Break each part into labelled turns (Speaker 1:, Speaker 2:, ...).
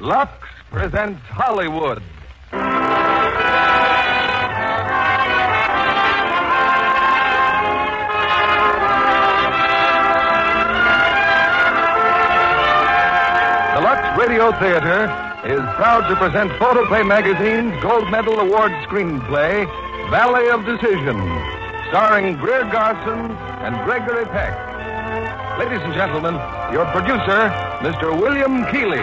Speaker 1: Lux presents Hollywood. The Lux Radio Theater is proud to present Photoplay Magazine's Gold Medal Award screenplay, Valley of Decision, starring Greer Garson and Gregory Peck. Ladies and gentlemen, your producer, Mr. William Keeley.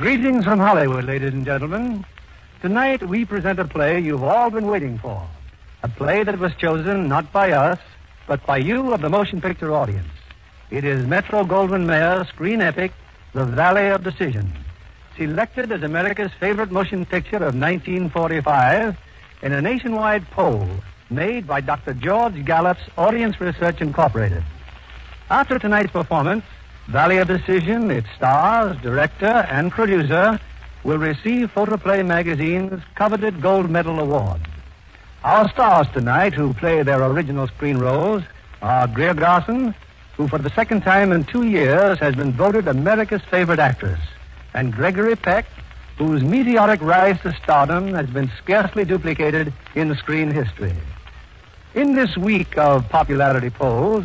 Speaker 2: Greetings from Hollywood, ladies and gentlemen. Tonight we present a play you've all been waiting for. A play that was chosen not by us, but by you of the motion picture audience. It is Metro Goldwyn Mayer's screen epic, The Valley of Decision. Selected as America's favorite motion picture of 1945 in a nationwide poll made by Dr. George Gallup's Audience Research Incorporated. After tonight's performance, Valley of Decision, its stars, director, and producer will receive Photoplay Magazine's coveted Gold Medal Award. Our stars tonight, who play their original screen roles, are Greer Garson, who for the second time in two years has been voted America's favorite actress, and Gregory Peck, whose meteoric rise to stardom has been scarcely duplicated in screen history. In this week of popularity polls,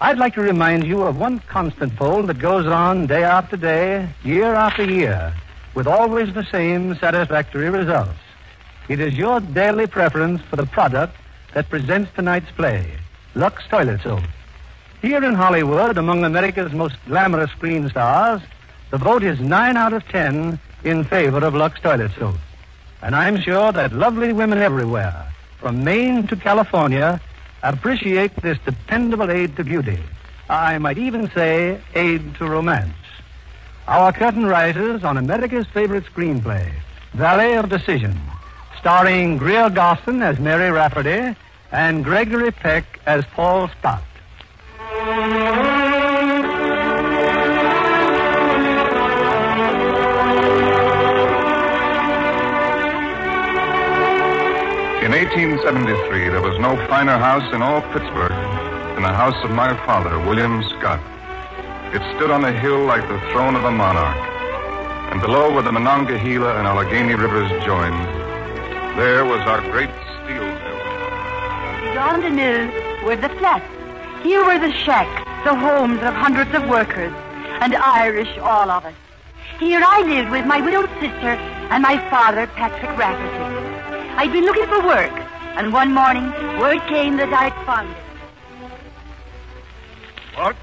Speaker 2: I'd like to remind you of one constant poll that goes on day after day, year after year, with always the same satisfactory results. It is your daily preference for the product that presents tonight's play, Lux Toilet Soap. Here in Hollywood, among America's most glamorous screen stars, the vote is 9 out of 10 in favor of Lux Toilet Soap. And I'm sure that lovely women everywhere, from Maine to California, appreciate this dependable aid to beauty. I might even say aid to romance. Our curtain rises on America's favorite screenplay, Valley of Decision, starring Greer Garson as Mary Rafferty and Gregory Peck as Paul Stott.
Speaker 1: In 1873, there was no finer house in all Pittsburgh than the house of my father, William Scott. It stood on a hill like the throne of a monarch, and below where the Monongahela and Allegheny rivers joined, there was our great steel mill.
Speaker 3: Beyond the mill were the flats. Here were the shacks, the homes of hundreds of workers, and Irish, all of us. Here I lived with my widowed sister and my father, Patrick Rafferty. I'd been looking for work, and one morning word came that I'd found it.
Speaker 1: What?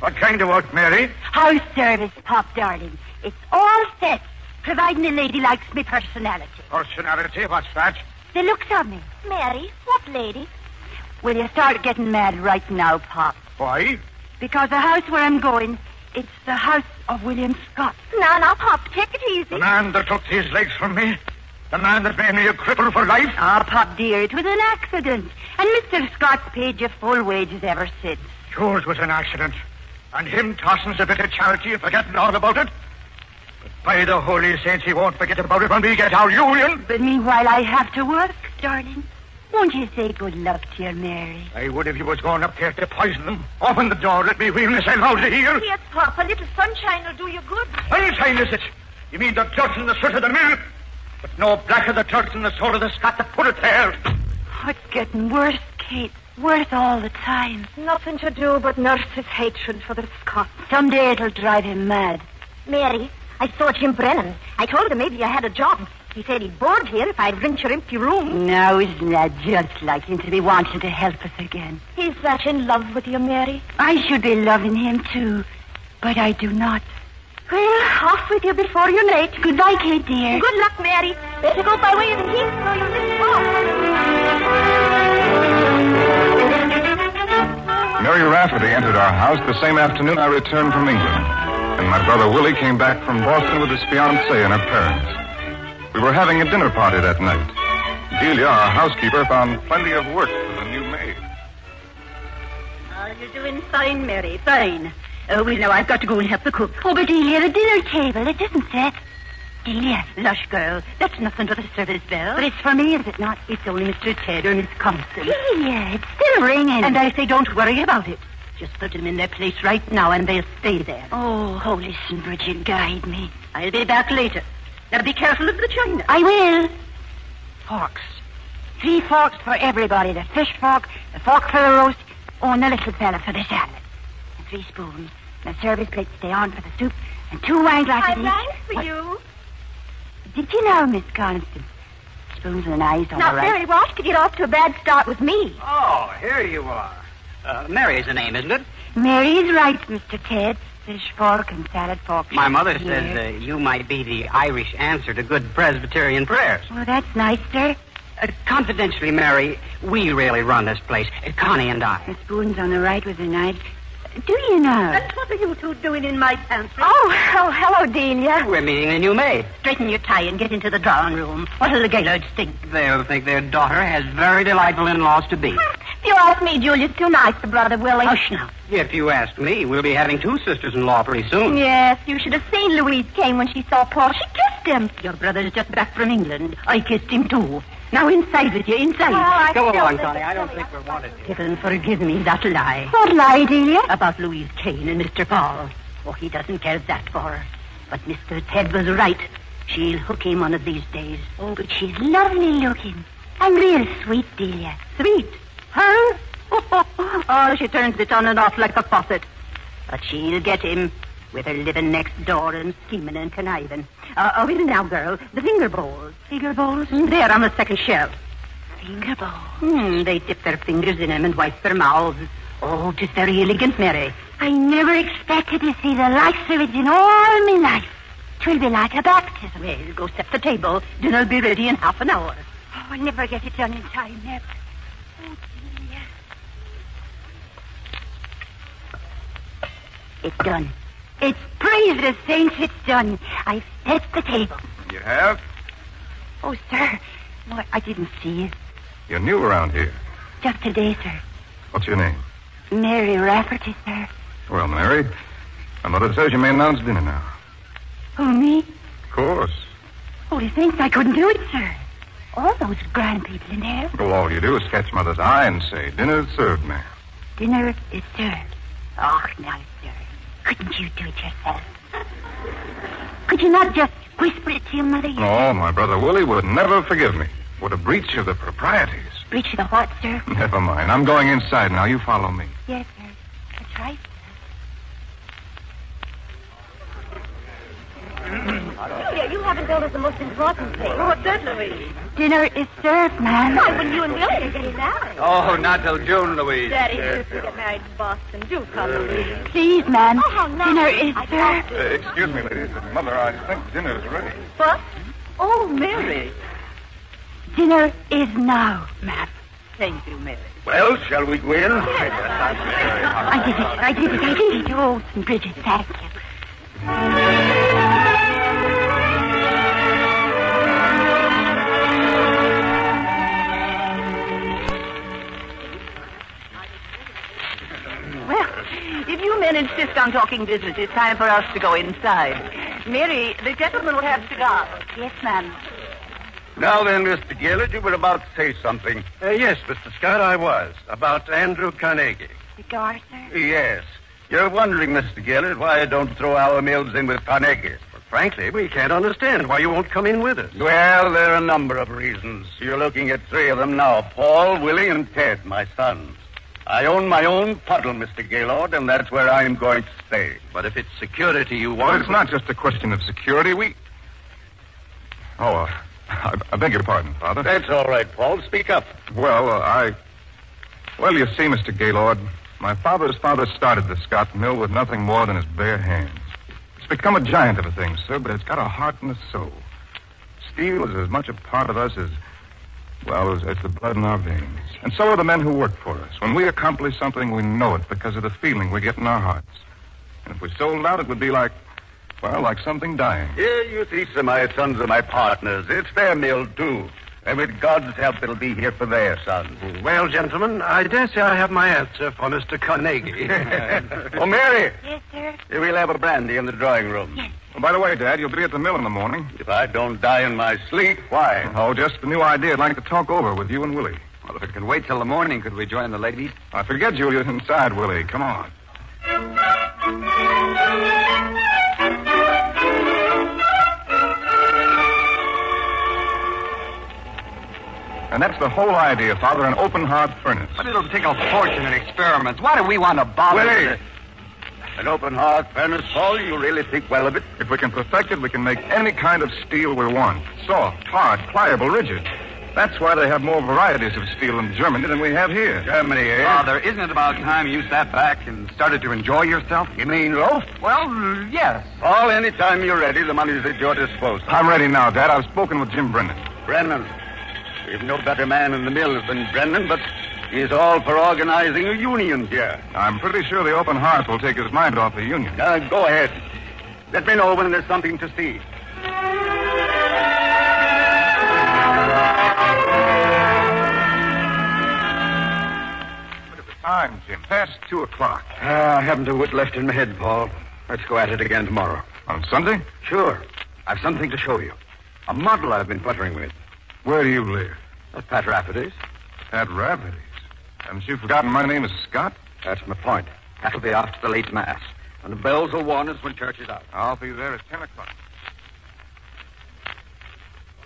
Speaker 1: What kind of work, Mary?
Speaker 3: House service, Pop darling. It's all set, providing a lady likes me personality.
Speaker 1: Personality, what's that?
Speaker 3: The looks of me.
Speaker 4: Mary, what lady?
Speaker 3: Will you start getting mad right now, Pop?
Speaker 1: Why?
Speaker 3: Because the house where I'm going, it's the house of William Scott.
Speaker 4: No, no, Pop, take it easy.
Speaker 1: man that took these legs from me. The man that made me a cripple for life?
Speaker 5: Ah, Pop dear, it was an accident. And Mr. Scott's paid you full wages ever since.
Speaker 1: Yours was an accident. And him tossin's a bit of charity and forgetting all about it. But by the holy saints, he won't forget about it when we get our union.
Speaker 5: But meanwhile, I have to work, darling. Won't you say good luck to your Mary?
Speaker 1: I would if you was going up there to poison them. Open the door, let me wheel myself out of here.
Speaker 4: Yes, Pop, a little sunshine will do you good.
Speaker 1: Sunshine, is it? You mean the dirt and the soot of the mill? But no blacker the dirt and the soul of the Scot that put it there.
Speaker 5: Oh, it's getting worse, Kate. Worse all the time.
Speaker 4: Nothing to do but nurse his hatred for the Scot.
Speaker 5: Someday it'll drive him mad.
Speaker 6: Mary, I saw Jim Brennan. I told him maybe I had a job. He said he'd board here if I'd rent your empty room.
Speaker 5: Now, isn't that just like him to be wanting to help us again?
Speaker 6: He's that in love with you, Mary.
Speaker 5: I should be loving him, too. But I do not.
Speaker 6: Well, off with you before you're late.
Speaker 5: Goodbye, Kate, dear.
Speaker 6: Good luck, Mary. Better go by way of the Keys, though you missed off.
Speaker 1: Mary Rafferty entered our house the same afternoon I returned from England, and my brother Willie came back from Boston with his fiancée and her parents. We were having a dinner party that night. Delia, our housekeeper, found plenty of work for the new maid.
Speaker 7: Oh, you're doing fine, Mary, fine. Oh, well, now I've got to go and help the cook.
Speaker 5: Oh, but Delia, the dinner table, it isn't set.
Speaker 7: Delia, lush girl, that's nothing but a service bell.
Speaker 5: But it's for me, is it not?
Speaker 7: It's only Mr. Ted or Miss Compton.
Speaker 5: Delia, it's still ringing.
Speaker 7: And I say don't worry about it. Just put them in their place right now and they'll stay there.
Speaker 5: Oh, oh, listen, Bridget, guide me.
Speaker 7: I'll be back later. Now be careful of the china.
Speaker 5: I will. Forks. Three forks for everybody. The fish fork, the fork for the roast, oh, and the little fella for the salad three spoons. The service plates stay on for the soup, and two wine glasses.
Speaker 4: I rang for what? you.
Speaker 5: Did you know, Miss Constance? Spoons and eyes don't
Speaker 6: Not
Speaker 5: right.
Speaker 6: very washed to get off to a bad start with me.
Speaker 8: Oh, here you are. Uh, Mary's the name, isn't it?
Speaker 5: Mary's right, Mr. Ted. Fish fork and salad fork.
Speaker 8: My mother says uh, you might be the Irish answer to good Presbyterian prayers.
Speaker 7: Oh,
Speaker 5: Well, that's nice, sir.
Speaker 8: Uh, confidentially, Mary, we really run this place, uh, Connie and I.
Speaker 5: The spoons on the right with the knives, do you know?
Speaker 7: And what are you two doing in my pantry?
Speaker 6: Oh, oh hello, Delia.
Speaker 8: We're meeting a new maid.
Speaker 7: Straighten your tie and get into the drawing room. What'll the Gaylords think?
Speaker 8: They'll think their daughter has very delightful in-laws to be.
Speaker 6: you ask me, Julia, it's too nice to brother Willie.
Speaker 7: Hush now.
Speaker 8: If you ask me, we'll be having two sisters-in-law pretty
Speaker 4: Mm.
Speaker 8: soon.
Speaker 6: Yes, you should have seen Louise came when she saw Paul. She kissed him.
Speaker 7: Your brother's just back from England. I kissed him, too. Now inside with you, inside. Oh,
Speaker 8: Go along, Connie. I don't think we're wanted here.
Speaker 7: Heaven forgive me that lie.
Speaker 6: What lie, dear?
Speaker 7: About Louise Kane and Mr. Paul. Oh, he doesn't care that for her. But Mr. Ted was right. She'll hook him one of these days.
Speaker 6: Oh, but she's lovely looking. And real sweet, Delia.
Speaker 7: Sweet? Her? oh, she turns it on and off like a faucet. But she'll get him with her living next door and scheming and conniving. Uh, oh, in now, girl. The finger bowls.
Speaker 5: Finger bowls?
Speaker 7: Mm, there on the second shelf.
Speaker 5: Finger bowls?
Speaker 7: Mm, they dip their fingers in 'em and wipe their mouths. Oh, 'tis very elegant, Mary.
Speaker 6: I never expected to see the likes of it in all my life. Twill be like a baptism.
Speaker 7: Well, go set the table. Dinner'll be ready in half an hour.
Speaker 6: Oh, I'll never get it done in time, Ned. Oh, dear.
Speaker 7: It's done.
Speaker 6: It's praise the saints it's done. I've set the table.
Speaker 1: You have?
Speaker 6: Oh, sir. No, I didn't see you.
Speaker 1: You're new around here.
Speaker 6: Just today, sir.
Speaker 1: What's your name?
Speaker 6: Mary Rafferty, sir.
Speaker 1: Well, Mary, my mother says you may announce dinner now.
Speaker 6: Who, me?
Speaker 1: Of course.
Speaker 6: Holy saints, I couldn't do it, sir. All those grand people in there.
Speaker 1: Well, all you do is catch Mother's eye and say, dinner's served, ma'am.
Speaker 6: Dinner is served. Oh, now, sir. Couldn't you do it yourself? Could you not just whisper it to your mother? You
Speaker 1: no, my brother Willie would never forgive me. What a breach of the proprieties.
Speaker 6: Breach of the what, sir?
Speaker 1: Never mind. I'm going inside now. You follow me.
Speaker 6: Yes, sir. That's right.
Speaker 4: Julia, you haven't told us the most important thing.
Speaker 7: What's that, Louise?
Speaker 6: Dinner is served, ma'am.
Speaker 4: Why, when you and Willie are getting married.
Speaker 8: Oh, not till June, Louise.
Speaker 4: Daddy used to get married in Boston. Do come, Louise.
Speaker 6: Please, ma'am.
Speaker 4: Oh, how nice.
Speaker 6: Dinner is
Speaker 4: I
Speaker 6: served.
Speaker 1: Uh, excuse me, ladies. Mother, I think dinner's ready.
Speaker 7: What? Oh, Mary.
Speaker 6: Dinner is now, ma'am.
Speaker 7: Thank you, Mary.
Speaker 1: Well, shall we go in?
Speaker 6: I did it. I did it. I did it. Oh, Bridget, thank you.
Speaker 3: Well, if you men insist on talking business, it's time for us to go inside. Mary, the gentleman will have cigars. Yes, ma'am.
Speaker 9: Now then, Mr. Gillett, you were about to say something.
Speaker 5: Uh, yes, Mr. Scott, I was. About Andrew Carnegie.
Speaker 6: Cigar, sir?
Speaker 9: Yes. You're wondering, Mr. Gillett, why I don't throw our mills in with Carnegie.
Speaker 5: Frankly, we can't understand why you won't come in with us.
Speaker 9: Well, there are a number of reasons. You're looking at three of them now Paul, Willie, and Ted, my sons. I own my own puddle, Mr. Gaylord, and that's where I'm going to stay.
Speaker 5: But if it's security you
Speaker 9: want.
Speaker 1: Well, it's not just a question of security. We. Oh, uh, I, I beg your pardon, Father.
Speaker 9: That's all right, Paul. Speak up.
Speaker 1: Well, uh, I. Well, you see, Mr. Gaylord, my father's father started the Scott Mill with nothing more than his bare hands. It's become a giant of a thing, sir, but it's got a heart and a soul. Steel is as much a part of us as. Well, as, as the blood in our veins. And so are the men who work for us. When we accomplish something, we know it because of the feeling we get in our hearts. And if we sold out, it would be like. Well, like something dying.
Speaker 9: Here, you see, some of my sons are my partners. It's their mill, too. And with God's help, it'll be here for their sons.
Speaker 5: Well, gentlemen, I dare say I have my answer for Mr. Carnegie.
Speaker 9: oh, Mary,
Speaker 6: Yes, sir.
Speaker 9: we'll have a brandy in the drawing room.
Speaker 1: Oh, by the way, Dad, you'll be at the mill in the morning.
Speaker 9: If I don't die in my sleep, why?
Speaker 1: Oh, just a new idea I'd like to talk over with you and Willie.
Speaker 10: Well, if it can wait till the morning, could we join the ladies?
Speaker 1: I forget Julia's inside, Willie. Come on. And that's the whole idea, Father, an open heart furnace.
Speaker 10: But it'll take a fortune in experiments. Why do we want to bother?
Speaker 9: Willie!
Speaker 10: with it?
Speaker 9: An open heart furnace, Paul, you really think well of it?
Speaker 1: If we can perfect it, we can make any kind of steel we want soft, hard, pliable, rigid. That's why they have more varieties of steel in Germany than we have here.
Speaker 9: Germany, eh?
Speaker 10: Father, isn't it about time you sat back and started to enjoy yourself?
Speaker 9: You mean loaf?
Speaker 10: Well, yes.
Speaker 9: Paul, anytime you're ready, the money's at your disposal.
Speaker 1: I'm ready now, Dad. I've spoken with Jim Brennan.
Speaker 9: Brennan. We've no better man in the mill than Brennan, but he's all for organizing a union here.
Speaker 1: I'm pretty sure the open heart will take his mind off the union.
Speaker 9: Now, go ahead. Let me know when there's something to see.
Speaker 1: What is the time, Jim? Past two o'clock.
Speaker 5: Ah, I haven't a whit left in my head, Paul. Let's go at it again tomorrow.
Speaker 1: On Sunday?
Speaker 5: Sure. I've something to show you. A model I've been puttering with.
Speaker 1: Where do you live?
Speaker 5: At Pat Rafferty's.
Speaker 1: At Rafferty's. Haven't you forgotten my name is Scott?
Speaker 5: That's my point. That'll be after the late mass. And the bells will warn us when church is out.
Speaker 1: I'll be there at ten o'clock.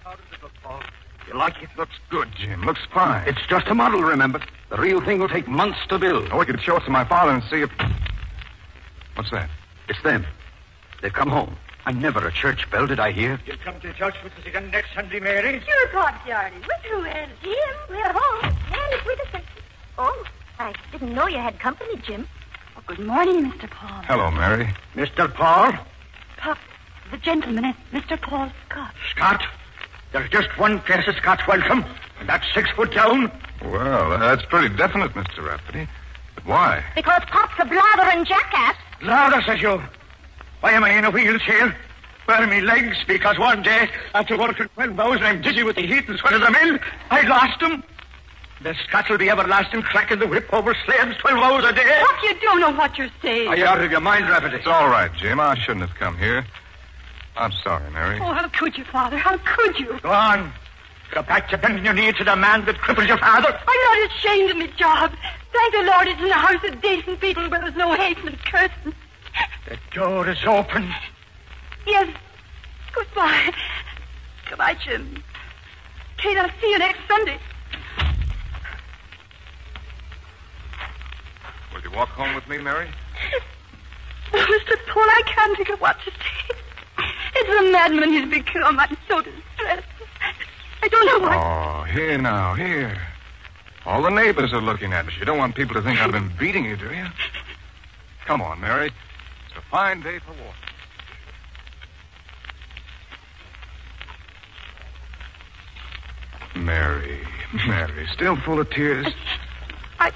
Speaker 5: How does it look, Paul?
Speaker 9: You like it?
Speaker 1: Looks good, Jim. Looks fine.
Speaker 5: It's just a model, remember. The real thing will take months to build.
Speaker 1: Oh, we could show it to my father and see if. What's that?
Speaker 5: It's them. They've come home. I never a church bell did I hear.
Speaker 9: You'll come to church with us again next Sunday, Mary?
Speaker 4: Sure, Pop, darling. We're through, Aunt Jim. We're home. And it's with us. Oh, I didn't know you had company, Jim.
Speaker 6: Oh, good morning, Mr. Paul.
Speaker 1: Hello, Mary.
Speaker 5: Mr. Paul?
Speaker 6: Pop, the gentleman is Mr. Paul Scott.
Speaker 5: Scott? There's just one place of Scott's welcome, and that's six foot down.
Speaker 1: Well, that's pretty definite, Mr. Rafferty. But why?
Speaker 4: Because Pop's a blathering jackass.
Speaker 5: Louder, says you. Why am I in a wheelchair? Where are me legs? Because one day, after working 12 hours, I'm dizzy with the heat and sweat of the mill. I lost 'em. The Scots will be everlasting cracking the whip over slaves 12 hours a day.
Speaker 3: Pop, you don't know what you're saying.
Speaker 5: Are you out of your mind, Rafferty?
Speaker 1: It's all right, Jim. I shouldn't have come here. I'm sorry, Mary.
Speaker 6: Oh, how could you, Father? How could you?
Speaker 5: Go on. Go back to bending your knee to the man that crippled your father.
Speaker 6: I'm not ashamed of my job. Thank the Lord it's in a house of decent people where there's no hating and cursing.
Speaker 5: The door is open.
Speaker 6: Yes. Goodbye. Goodbye, Jim. Kate, I'll see you next Sunday.
Speaker 1: Will you walk home with me, Mary?
Speaker 6: Oh, Mr. Paul, I can't think of what to say. It's the madman he's become. I'm so distressed. I don't know what.
Speaker 1: Oh, here now, here. All the neighbors are looking at us. You don't want people to think I've been beating you, do you? Come on, Mary. It's a fine day for walking. Mary, Mary, still full of tears,
Speaker 6: I,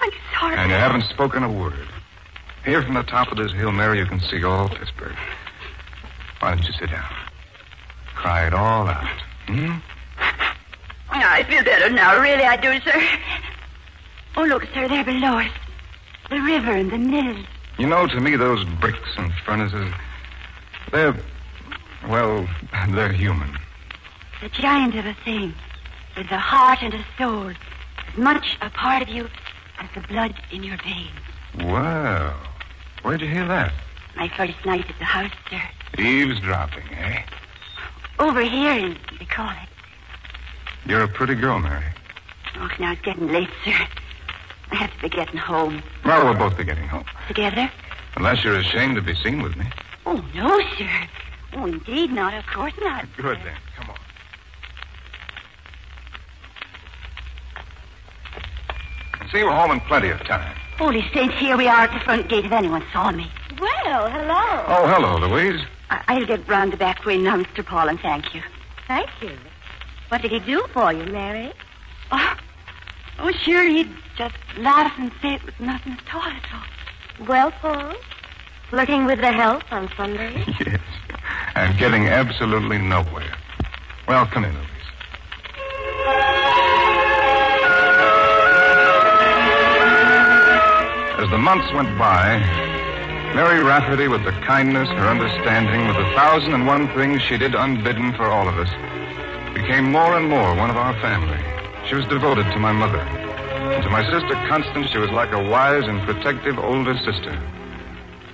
Speaker 6: I'm sorry.
Speaker 1: and you haven't spoken a word. Here from the top of this hill, Mary, you can see all Pittsburgh. Why don't you sit down? Cry it all out. Hmm?
Speaker 3: I feel better now. Really, I do, sir.
Speaker 6: Oh, look, sir, there below us.
Speaker 11: The river and the mill.
Speaker 1: You know, to me, those bricks and furnaces, they're, well, they're human.
Speaker 11: The giant of a thing. With a heart and a soul. As much a part of you as the blood in your veins.
Speaker 1: Wow. Where'd you hear that?
Speaker 11: My first night at the house, sir.
Speaker 1: Eavesdropping, eh?
Speaker 11: Overhearing, they call it.
Speaker 1: You're a pretty girl, Mary.
Speaker 11: Oh, now it's getting late, sir. I have to be getting home.
Speaker 1: Well, we'll both be getting home.
Speaker 11: Together?
Speaker 1: Unless you're ashamed to be seen with me.
Speaker 11: Oh, no, sir. Oh, indeed not. Of course not.
Speaker 1: Good then. Come on. See you home in plenty of time.
Speaker 11: Holy saints, here we are at the front gate if anyone saw me.
Speaker 4: Well, hello.
Speaker 1: Oh, hello, Louise.
Speaker 11: I- I'll get round the back way now, Mr. Paul, and thank you.
Speaker 4: Thank you. What did he do for you, Mary?
Speaker 11: Oh, oh sure, he'd just laugh and say it was nothing at all. At all.
Speaker 4: Well, Paul, flirting with the health on Sunday.
Speaker 1: Yes. And getting absolutely nowhere. Well, come in, Louise. As the months went by, Mary Rafferty, with the kindness, her understanding, with the thousand and one things she did unbidden for all of us, became more and more one of our family. She was devoted to my mother. And to my sister Constance, she was like a wise and protective older sister.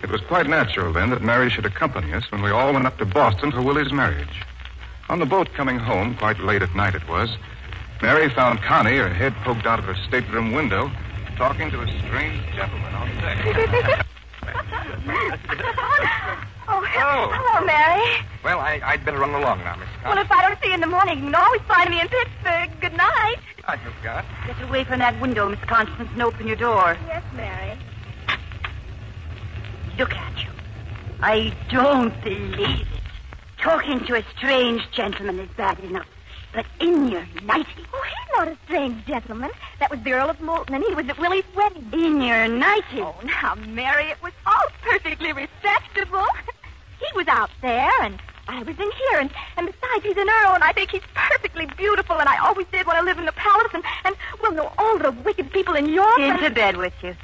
Speaker 1: It was quite natural then that Mary should accompany us when we all went up to Boston for Willie's marriage. On the boat coming home, quite late at night it was, Mary found Connie, her head poked out of her stateroom window, talking to a strange gentleman on deck.
Speaker 4: Oh,
Speaker 9: Hello.
Speaker 4: hello, Mary.
Speaker 9: Well, I, I'd better run along now, Miss Scott.
Speaker 4: Well, if I don't see you in the morning, you can always find me in Pittsburgh. Good night.
Speaker 9: I forgot.
Speaker 6: Get away from that window, Miss Constance, and open your door.
Speaker 4: Yes, Mary.
Speaker 6: Look at you. I don't believe it. Talking to a strange gentleman is bad enough, but in your nightie.
Speaker 4: Oh, he's not a strange gentleman. That was the Earl of Moulton, and he was at Willie's wedding.
Speaker 6: In your nightie.
Speaker 4: Oh, now, Mary, it was all perfectly respectable. He was out there, and I was in here, and, and besides, he's an earl, and I think he's perfectly beautiful, and I always did want to live in the palace, and, and well, know all the wicked people in Europe. and-
Speaker 6: Into bed with you.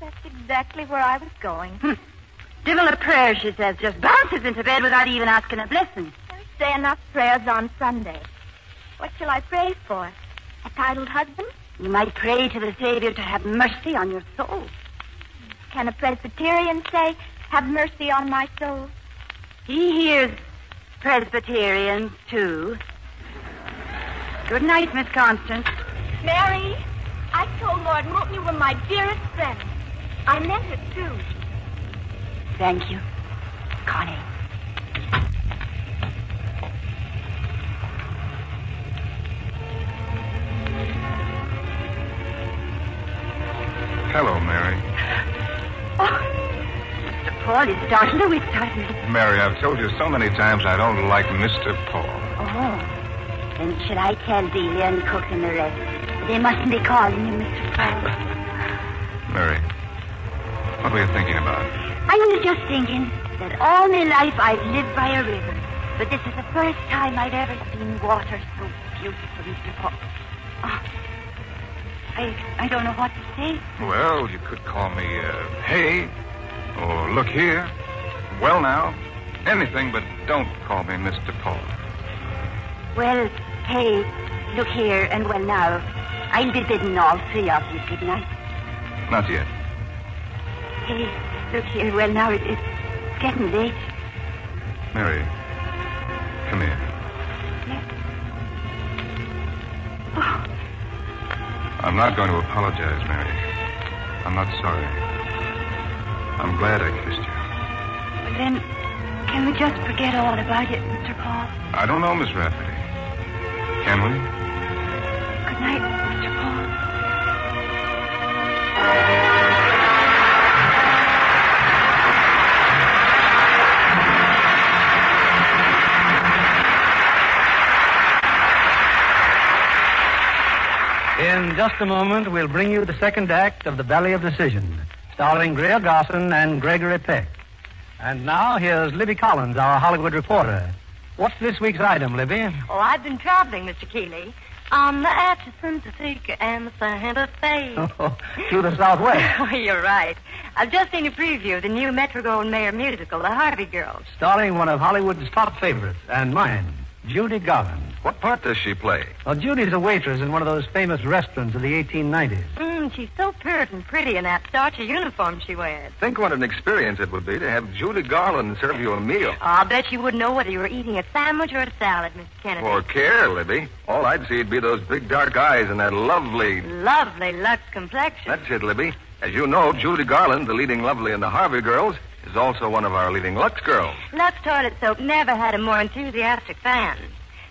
Speaker 4: That's exactly where I was going.
Speaker 6: Hmm. Divil a prayer, she says. Just bounces into bed without even asking a blessing.
Speaker 4: Say enough prayers on Sunday. What shall I pray for? A titled husband?
Speaker 6: You might pray to the Savior to have mercy on your soul.
Speaker 4: Can a Presbyterian say, Have mercy on my soul?
Speaker 6: He hears Presbyterians, too. Good night, Miss Constance.
Speaker 4: Mary, I told Lord Moulton you were my dearest friend. I meant it, too.
Speaker 6: Thank you, Connie.
Speaker 1: Hello, Mary.
Speaker 6: Mr. Paul, you startled her. We startled her.
Speaker 1: Mary, I've told you so many times I don't like Mr. Paul.
Speaker 6: Oh. Then should I tell Delia and Cook and the rest? They mustn't be calling you Mr. Paul.
Speaker 1: Mary, what were you thinking about?
Speaker 6: I was just thinking that all my life I've lived by a river, but this is the first time I've ever seen water so beautiful, Mr. Paul. Oh, I, I don't know what to say.
Speaker 1: Well, you could call me, uh, hey, or look here. Well, now, anything but don't call me Mr. Paul.
Speaker 6: Well, hey, look here, and well now. I'll be bidding all three of you good night.
Speaker 1: Not yet.
Speaker 6: Hey, look here, well now, it, it's getting late.
Speaker 1: Mary, come here.
Speaker 6: Oh,
Speaker 1: I'm not going to apologize, Mary. I'm not sorry. I'm glad I kissed you.
Speaker 6: well then, can we just forget all about it, Mr. Paul?
Speaker 1: I don't know, Miss Rafferty. Can we?
Speaker 6: Good night, Mr. Paul.
Speaker 2: In just a moment, we'll bring you the second act of The Valley of Decision, starring Greer Garson and Gregory Peck. And now, here's Libby Collins, our Hollywood reporter. What's this week's item, Libby?
Speaker 12: Oh, I've been traveling, Mr. Keeley.
Speaker 4: I'm the Atchison, Topeka, and the Santa Fe.
Speaker 2: Oh, to the southwest.
Speaker 4: Oh, you're right. I've just seen a preview of the new Metro-Goldwyn Mayer musical, The Harvey Girls.
Speaker 2: Starring one of Hollywood's top favorites, and mine, Judy Garland.
Speaker 10: What part does she play?
Speaker 2: Well, Judy's a waitress in one of those famous restaurants of the 1890s.
Speaker 4: Mm, she's so pert and pretty in that starchy uniform she wears.
Speaker 10: Think what an experience it would be to have Judy Garland serve you a meal.
Speaker 4: Oh, I'll bet you wouldn't know whether you were eating a sandwich or a salad, Mr. Kennedy.
Speaker 10: Or care, Libby. All I'd see'd be those big dark eyes and that lovely.
Speaker 4: Lovely Lux complexion.
Speaker 10: That's it, Libby. As you know, Judy Garland, the leading lovely in the Harvey girls, is also one of our leading Lux girls.
Speaker 4: Lux toilet soap never had a more enthusiastic fan.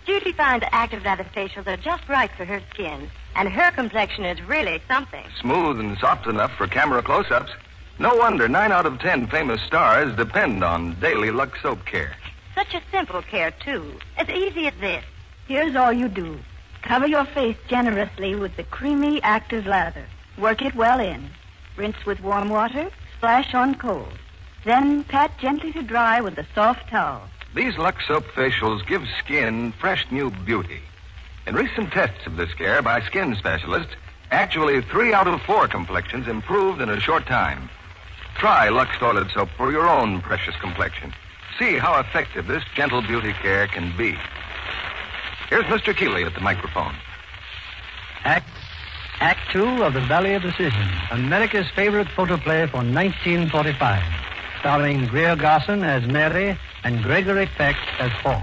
Speaker 4: Judy finds active lather facials are just right for her skin, and her complexion is really something.
Speaker 10: Smooth and soft enough for camera close ups. No wonder nine out of ten famous stars depend on daily Lux soap care.
Speaker 4: Such a simple care, too. As easy as this. Here's all you do.
Speaker 13: Cover your face generously with the creamy active lather. Work it well in. Rinse with warm water. Splash on cold. Then pat gently to dry with a soft towel.
Speaker 10: These Lux Soap facials give skin fresh new beauty. In recent tests of this care by skin specialists, actually three out of four complexions improved in a short time. Try Lux Toilet Soap for your own precious complexion. See how effective this gentle beauty care can be. Here's Mr. Keeley at the microphone.
Speaker 2: Act, Act Two of The Valley of Decision, America's favorite photoplay for 1945, starring Greer Garson as Mary and Gregory Peck as Paul.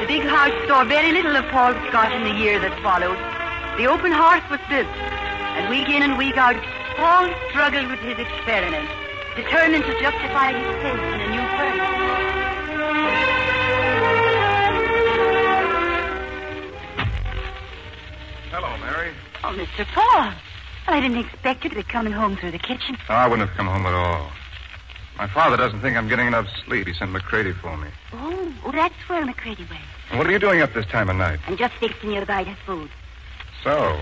Speaker 3: The big house saw very little of Paul Scott in the year that followed. The open hearth was built, and week in and week out, Paul struggled with his experiment, determined to justify his faith in a new furnace.
Speaker 1: Hello, Mary.
Speaker 6: Oh, Mr. Paul. I didn't expect you to be coming home through the kitchen.
Speaker 1: Oh, I wouldn't have come home at all. My father doesn't think I'm getting enough sleep. He sent McCready for me.
Speaker 6: Oh, oh that's where McCready went.
Speaker 1: And what are you doing up this time of night?
Speaker 6: I'm just fixing you a bite of food.
Speaker 1: So,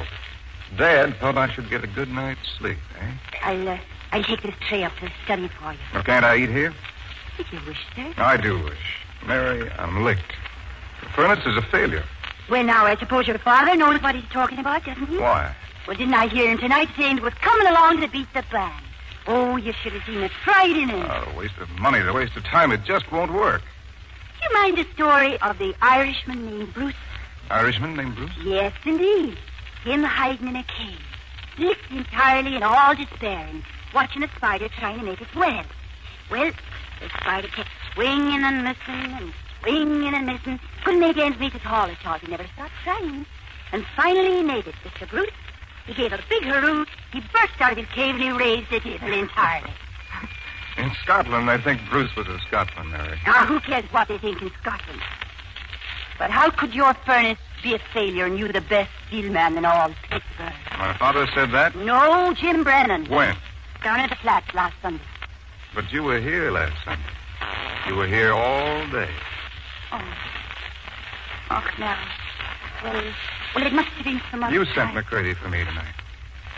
Speaker 1: Dad thought I should get a good night's sleep, eh?
Speaker 6: I'll, uh, I'll take this tray up to the study for you.
Speaker 1: Well, can't I eat here?
Speaker 6: If you wish, sir.
Speaker 1: I do wish. Mary, I'm licked. The furnace is a failure.
Speaker 6: Well, now, I suppose your father knows what he's talking about, doesn't he?
Speaker 1: Why?
Speaker 6: Well, didn't I hear him tonight saying it was coming along to beat the band? Oh, you should have seen it fright in him.
Speaker 1: Oh, a waste of money, a waste of time. It just won't work.
Speaker 6: Do you mind the story of the Irishman named Bruce?
Speaker 1: Irishman named Bruce?
Speaker 6: Yes, indeed. Him hiding in a cave, sick entirely and all despairing, watching a spider trying to make its web. Well, the spider kept swinging and missing and swinging and missing. Couldn't make ends meet at all, at all. He never stopped trying. And finally he made it, Mr. Bruce. He gave a big hurrah. He burst out of his cave and he raised the table entirely.
Speaker 1: In Scotland, I think Bruce was a Scotsman, Mary.
Speaker 6: Now, who cares what they think in Scotland? But how could your furnace be a failure and you the best steelman in all Pittsburgh?
Speaker 1: My father said that?
Speaker 6: No, Jim Brennan.
Speaker 1: When?
Speaker 6: Down at the flats last Sunday.
Speaker 1: But you were here last Sunday. You were here all day.
Speaker 6: Oh. Oh, no. Well, well, it must have been some other
Speaker 1: You
Speaker 6: time.
Speaker 1: sent McCready for me tonight,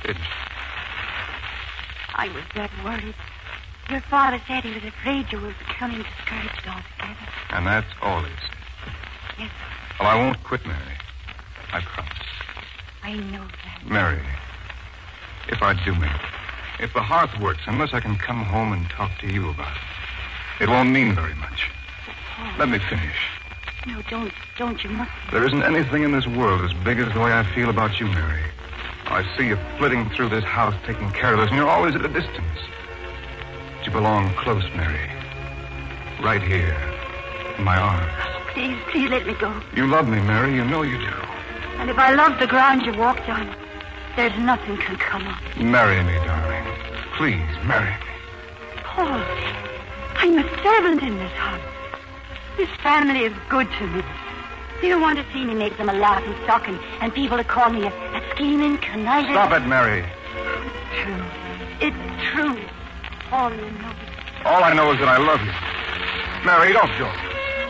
Speaker 1: didn't you?
Speaker 6: I was that worried. Your father said he was afraid you were becoming discouraged altogether.
Speaker 1: And that's all he said.
Speaker 6: Yes,
Speaker 1: Well, I won't quit, Mary. I promise.
Speaker 6: I know that.
Speaker 1: Mary, if I do make it, if the hearth works, unless I can come home and talk to you about it, it won't mean very much. Let me finish.
Speaker 6: No, don't, don't. You must.
Speaker 1: There isn't anything in this world as big as the way I feel about you, Mary. I see you flitting through this house, taking care of us, and you're always at a distance. But you belong close, Mary. Right here, in my arms.
Speaker 6: Please, please let me go.
Speaker 1: You love me, Mary. You know you do.
Speaker 6: And if I love the ground you walked on, there's nothing can come of it.
Speaker 1: Marry me, darling. Please, marry me.
Speaker 6: Paul, Oh, I'm a servant in this house. This family is good to me. You want to see me make them a laughing stock and, and people to call me a, a scheming, conniving...
Speaker 1: Stop it, Mary.
Speaker 6: True. It's true. Paul, you know.
Speaker 1: All I know is that I love you. Mary, don't go.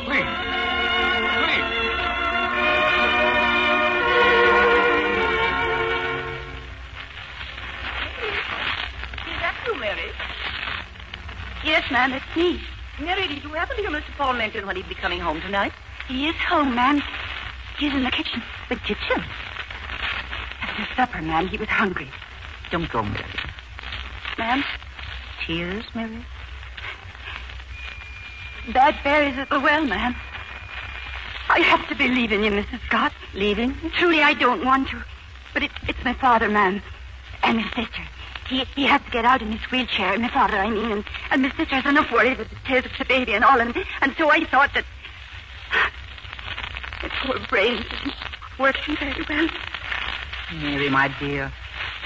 Speaker 1: Please.
Speaker 3: Yes, ma'am, it's me. Mary, did you happen to hear Mr. Paul Menton when he'd be coming home tonight?
Speaker 6: He is home, ma'am. He's in the kitchen. The kitchen? After supper, ma'am. He was hungry.
Speaker 3: Don't go, Mary.
Speaker 6: Ma'am?
Speaker 3: Tears, Mary?
Speaker 6: Bad berries at the well, ma'am. I have to be leaving you, Mrs. Scott. Leaving? Truly, I don't want to. But it, it's my father, ma'am, and his sister. He, he has to get out in his wheelchair, my father, I mean, and, and my sister has enough worry with the tales of the baby and all, and, and so I thought that... My poor brain isn't working very well.
Speaker 7: Mary, my dear,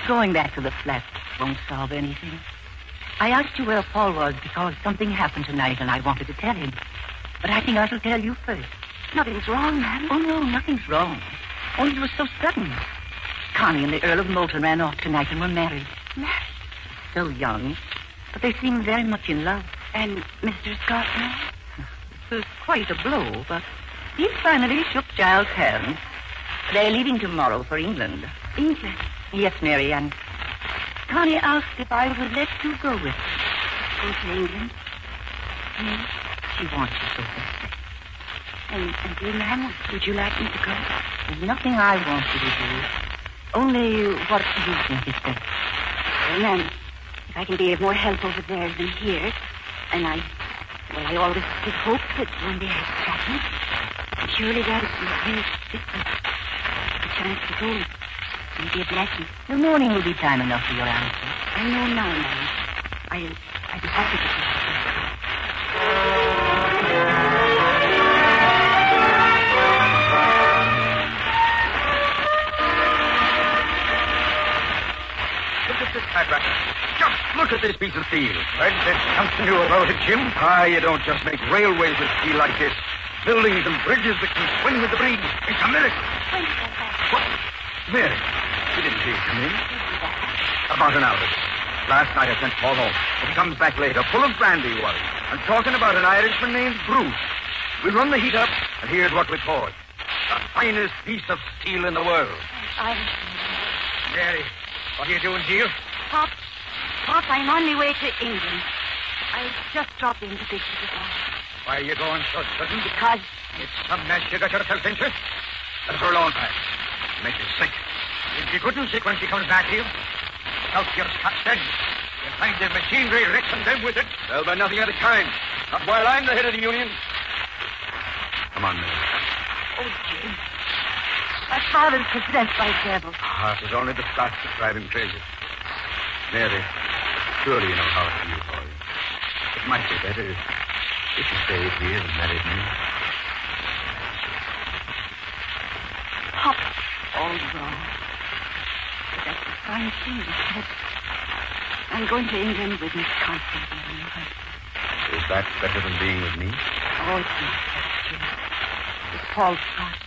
Speaker 7: going back to the flat won't solve anything. I asked you where Paul was because something happened tonight and I wanted to tell him. But I think I shall tell you first.
Speaker 6: Nothing's wrong, ma'am.
Speaker 7: Oh, no, nothing's wrong. Only it was so sudden. Connie and the Earl of Moulton ran off tonight and were married.
Speaker 6: Married?
Speaker 7: So young. But they seemed very much in love.
Speaker 6: And Mr. Scott, ma'am?
Speaker 7: It was quite a blow, but he finally shook Giles' hand. They're leaving tomorrow for England.
Speaker 6: England?
Speaker 7: Yes, Mary, and Connie asked if I would let you go with her. Hmm.
Speaker 6: Go to England? Yes.
Speaker 7: She wants you so badly.
Speaker 6: And, and you, ma'am, would you like me to go?
Speaker 7: There's nothing I want you to do. Only what you think is best.
Speaker 6: Well, ma'am, if I can be of more help over there than here, and I, well, I always give hope that one day I'll travel. Surely that is the very difference. A chance to go may be a blessing.
Speaker 7: The morning will be time enough for your answer.
Speaker 6: I know now, ma'am. I'll, I'll be happy to go.
Speaker 5: Look at this typewriter. Just look at this piece of steel. I'd said something to you about it, Jim. Ah, you don't just make railways with steel like this. Buildings and bridges that can swing with the breeze. It's a miracle. What? Mary, you didn't see it come in? Hmm? About an hour ago. Last night I sent Paul home. He comes back later, full of brandy he was. I'm talking about an Irishman named Bruce. We run the heat up, and here's what we call it. The finest piece of steel in the world.
Speaker 6: I,
Speaker 5: Mary, what are you doing here?
Speaker 6: Pop, Pop, I'm on my way to England. I just dropped in to bid you goodbye.
Speaker 5: Why are you going so sudden?
Speaker 6: Because
Speaker 5: It's some mess you got yourself into. Let her alone, Pat. It makes you sick. If you couldn't sick when she comes back here, help your Scots then. You'll find their machinery rich and them with it. Well, by nothing of the kind. Not while I'm the head of the union. Come on, Mary.
Speaker 6: Oh, Jim. My father's possessed by devils.
Speaker 5: Ah, it was only the Scots that drive him crazy. Mary, surely you know how it can be for you. It might be better if, if you stayed here and married me.
Speaker 6: Pop, all wrong. But that's the fine thing you said. I'm going to England with Miss Constance.
Speaker 5: Is that better than being with me?
Speaker 6: Oh, it's not that, Jim. It's Paul Scott.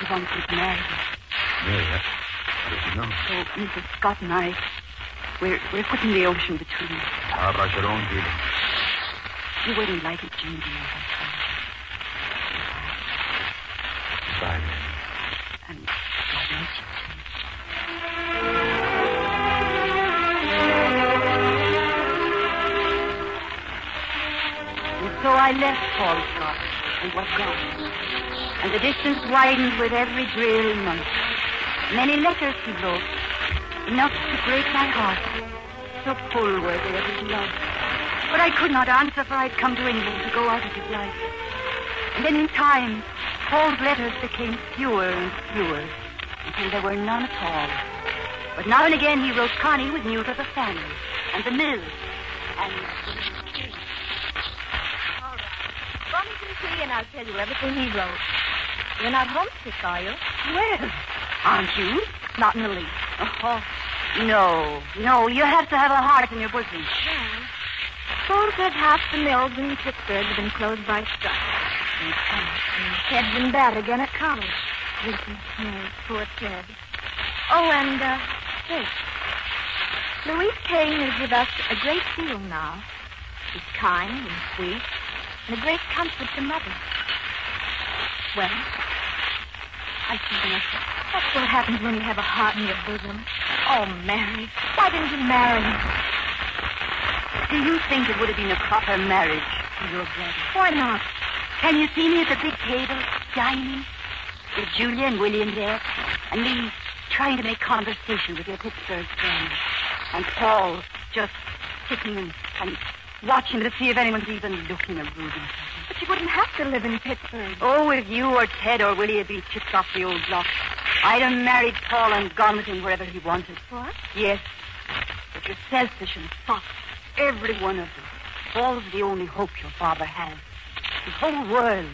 Speaker 6: He wants me to marry him.
Speaker 5: Mary, how, how did you know?
Speaker 6: So Mrs. Scott and I, we're, we're putting the ocean between us.
Speaker 5: How about your own feelings?
Speaker 6: You wouldn't like it, Jim, dear.
Speaker 5: Goodbye, Mary.
Speaker 6: And so I left Paul Scott and was gone. And the distance widened with every dreary month. Many letters he wrote, enough to break my heart. So full were they of his love. But I could not answer, for I'd come to England to go out of his life. And then in time, Paul's letters became fewer and fewer, until there were none at all. But now and again he wrote Connie with news of the family, and the mill, and
Speaker 4: Rummage and see, and I'll tell you everything he wrote. You're not homesick, are you?
Speaker 6: Well, aren't you? Not in the least. Oh, no, no, you have to have a heart in your bosom.
Speaker 4: Paul said half the mills in Pittsburgh have been closed by strike. Ted's been bad again at college. Listen, Mary, poor Ted. Oh, and, uh, Kate. Louise Kane is with us a great deal now. She's kind and sweet, and a great comfort to Mother. Well, I think that's- that's what happens when you have a heart in your bosom. Oh, Mary, why didn't you marry me?
Speaker 7: Do you think it would have been a proper marriage for your brother?
Speaker 6: Why not? Can you see me at the big table, dining? With Julia and William there, and me trying to make conversation with your Pittsburgh friend. And Paul just sitting and, and watching to see if anyone's even looking at Ruby.
Speaker 4: But you wouldn't have to live in Pittsburgh.
Speaker 6: Oh, if you or Ted or Willie had been chipped off the old block, I'd have married Paul and gone with him wherever he wanted.
Speaker 4: What?
Speaker 6: Yes. But you're selfish and soft. Every one of you. Paul's the only hope your father has. The whole world.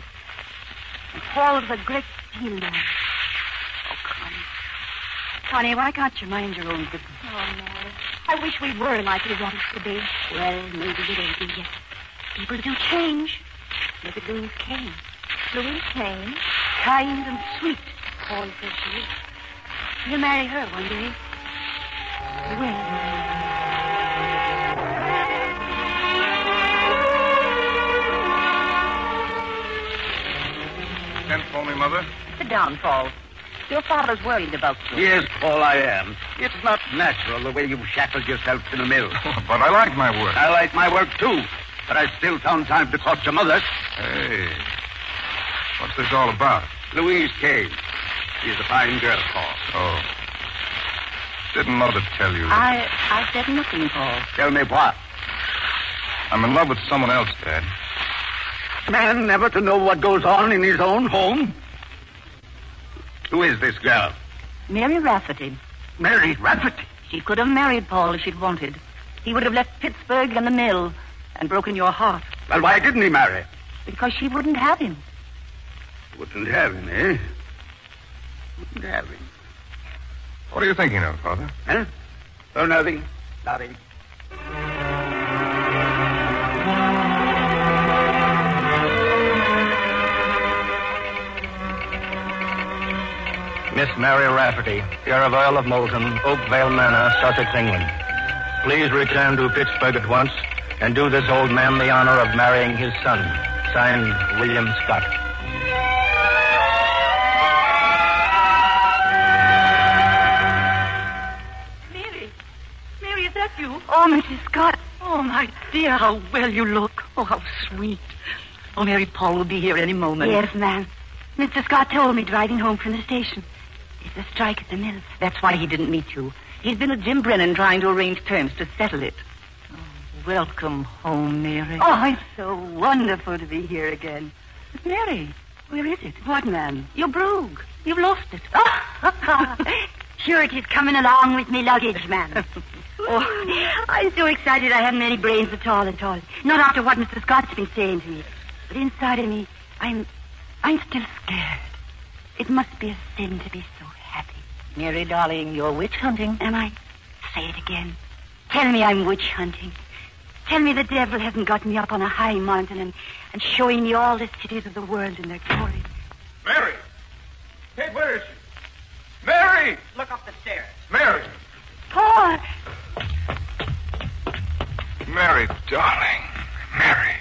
Speaker 6: And Paul's a great deal more. Oh, Connie. Connie, why can't you mind your own business?
Speaker 4: Oh, no. I wish we were like we want us to be.
Speaker 6: Well, maybe it ain't be yet. People do change. Look at Louise Kane.
Speaker 4: Louise Kane?
Speaker 6: Kind and sweet, Paul says she is. You'll marry her one day. You will.
Speaker 1: Send for me, Mother.
Speaker 7: Sit down, Paul. Your father's worried about you.
Speaker 9: Yes, Paul, I am. It's not natural the way you've shackled yourself to the mill.
Speaker 1: but I like my work.
Speaker 9: I like my work, too. But I still found time to court your mother.
Speaker 1: Hey. What's this all about?
Speaker 9: Louise Kane. She's a fine girl, Paul.
Speaker 1: Oh. Didn't Mother tell you?
Speaker 7: I I said nothing, Paul.
Speaker 9: Tell me what?
Speaker 1: I'm in love with someone else, Dad.
Speaker 9: Man never to know what goes on in his own home. Who is this girl?
Speaker 7: Mary Rafferty.
Speaker 9: Mary Rafferty?
Speaker 7: She could have married Paul if she'd wanted. He would have left Pittsburgh and the mill and broken your heart
Speaker 9: Well, why didn't he marry?
Speaker 7: because she wouldn't have him.
Speaker 9: Wouldn't have him, eh? Wouldn't have him.
Speaker 1: What are you thinking of, Father?
Speaker 9: Huh? Oh, nothing. Nothing.
Speaker 14: Miss Mary Rafferty, here of Earl of Moulton, Oakvale Manor, Sussex, England. Please return to Pittsburgh at once and do this old man the honor of marrying his son. Signed, William Scott.
Speaker 3: Mary. Mary, is that you?
Speaker 7: Oh, Mrs. Scott. Oh, my dear, how well you look. Oh, how sweet. Oh, Mary, Paul will be here any moment.
Speaker 6: Yes, ma'am. Mr. Scott told me driving home from the station. It's a strike at the mill.
Speaker 7: That's why he didn't meet you. He's been at Jim Brennan trying to arrange terms to settle it. Oh, welcome home, Mary.
Speaker 6: Oh, it's so wonderful to be here again.
Speaker 7: But Mary, where is it?
Speaker 6: What, ma'am?
Speaker 7: Your brogue. You've lost it.
Speaker 6: Oh. sure, it is coming along with me luggage, ma'am. oh, I'm so excited I haven't any brains at all, at all. Not after what Mr. Scott's been saying to me. But inside of me, I'm, I'm still scared. It must be a sin to be so happy.
Speaker 7: Mary, darling, you're witch hunting.
Speaker 6: Am I? Say it again. Tell me I'm witch hunting. Tell me the devil hasn't got me up on a high mountain and, and showing me all the cities of the world in their glory.
Speaker 5: Mary! Hey, where is she? Mary!
Speaker 7: Look up the stairs.
Speaker 5: Mary!
Speaker 6: Paul!
Speaker 1: Mary, darling. Mary.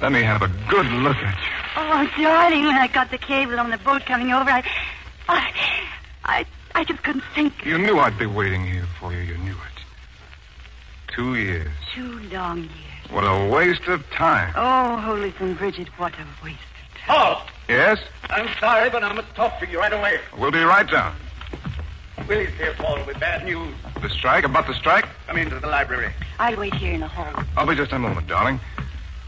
Speaker 1: Let me have a good look at you.
Speaker 6: Oh, darling, when I got the cable on the boat coming over, I. I. I, I just couldn't think.
Speaker 1: You knew I'd be waiting here for you. You knew it. Two years.
Speaker 6: Two long years.
Speaker 1: What a waste of time.
Speaker 6: Oh, holy St. Bridget, what a waste.
Speaker 5: Paul!
Speaker 1: Yes?
Speaker 5: I'm sorry, but I must talk to you right away.
Speaker 1: We'll be right down.
Speaker 5: Willie's here, Paul, with bad news.
Speaker 1: The strike, about the strike?
Speaker 5: Come into the library.
Speaker 6: I'll wait here in the hall.
Speaker 1: I'll be just a moment, darling.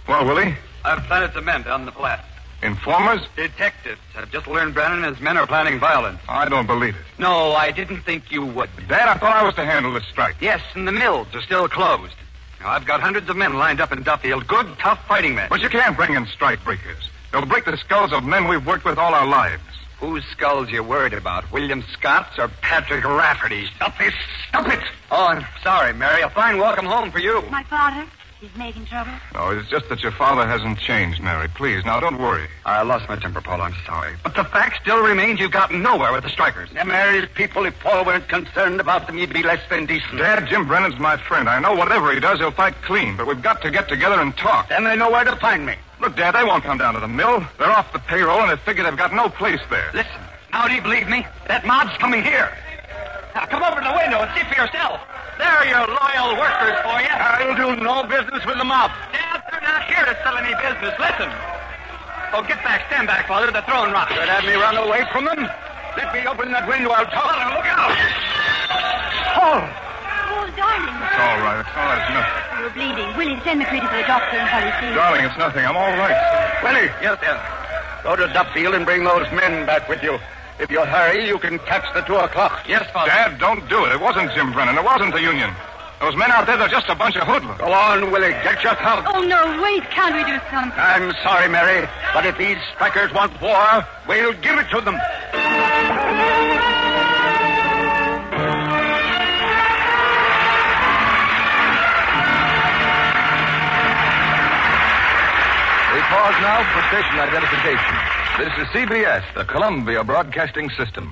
Speaker 1: Well, Willie,
Speaker 15: I've planted some men down the flat.
Speaker 1: informers?
Speaker 15: Detectives. I've just learned Brennan and his men are planning violence.
Speaker 1: I don't believe it.
Speaker 15: No, I didn't think you would.
Speaker 1: Dad, I thought I was to handle this strike.
Speaker 15: Yes, and the mills are still closed. Now, I've got hundreds of men lined up in Duffield. Good, tough fighting men.
Speaker 1: But you can't bring in strike breakers. They'll break the skulls of men we've worked with all our lives.
Speaker 15: Whose skulls you worried about? William Scott's or Patrick Rafferty's? Stop this! Stop it! Oh, I'm sorry, Mary. A fine welcome home for you.
Speaker 6: My father? He's making trouble?
Speaker 1: No, it's just that your father hasn't changed, Mary. Please, now don't worry.
Speaker 15: I lost my temper, Paul. I'm sorry. But the fact still remains you've gotten nowhere with the strikers.
Speaker 9: Now, Mary's people, if Paul weren't concerned about them, he'd be less than decent.
Speaker 1: Dad, Jim Brennan's my friend. I know whatever he does, he'll fight clean, but we've got to get together and talk.
Speaker 9: Then they know where to find me.
Speaker 1: Look, Dad, they won't come down to the mill. They're off the payroll, and they figure they've got no place there.
Speaker 15: Listen, now do you believe me? That mob's coming here. Now come over to the window and see for yourself.
Speaker 5: They're your loyal workers for you. I'll do no business with the mob. Dad, they're not here to sell any business. Listen. Oh, get back. Stand back, Father. The throne rock.
Speaker 9: You'd have me run away from them? Let me open that window. I'll talk. Look out!
Speaker 5: Paul!
Speaker 6: Oh, darling.
Speaker 1: It's all right. It's all right. It's nothing.
Speaker 6: You're bleeding. Willie, send McCree to the doctor and hurry, please.
Speaker 1: Darling, it's nothing. I'm all right.
Speaker 9: Willie! Yes, sir. Go to Duffield and bring those men back with you. If you hurry, you can catch the two o'clock. Yes, Father.
Speaker 1: Dad, don't do it. It wasn't Jim Brennan. It wasn't the union. Those men out there, they're just a bunch of hoodlums.
Speaker 9: Go on, Willie. Get your coat.
Speaker 3: Oh, no, wait. Can't we do something?
Speaker 9: I'm sorry, Mary, but if these strikers want war, we'll give it to them.
Speaker 15: Oh,
Speaker 10: We pause now for station identification. This is CBS, the Columbia Broadcasting System.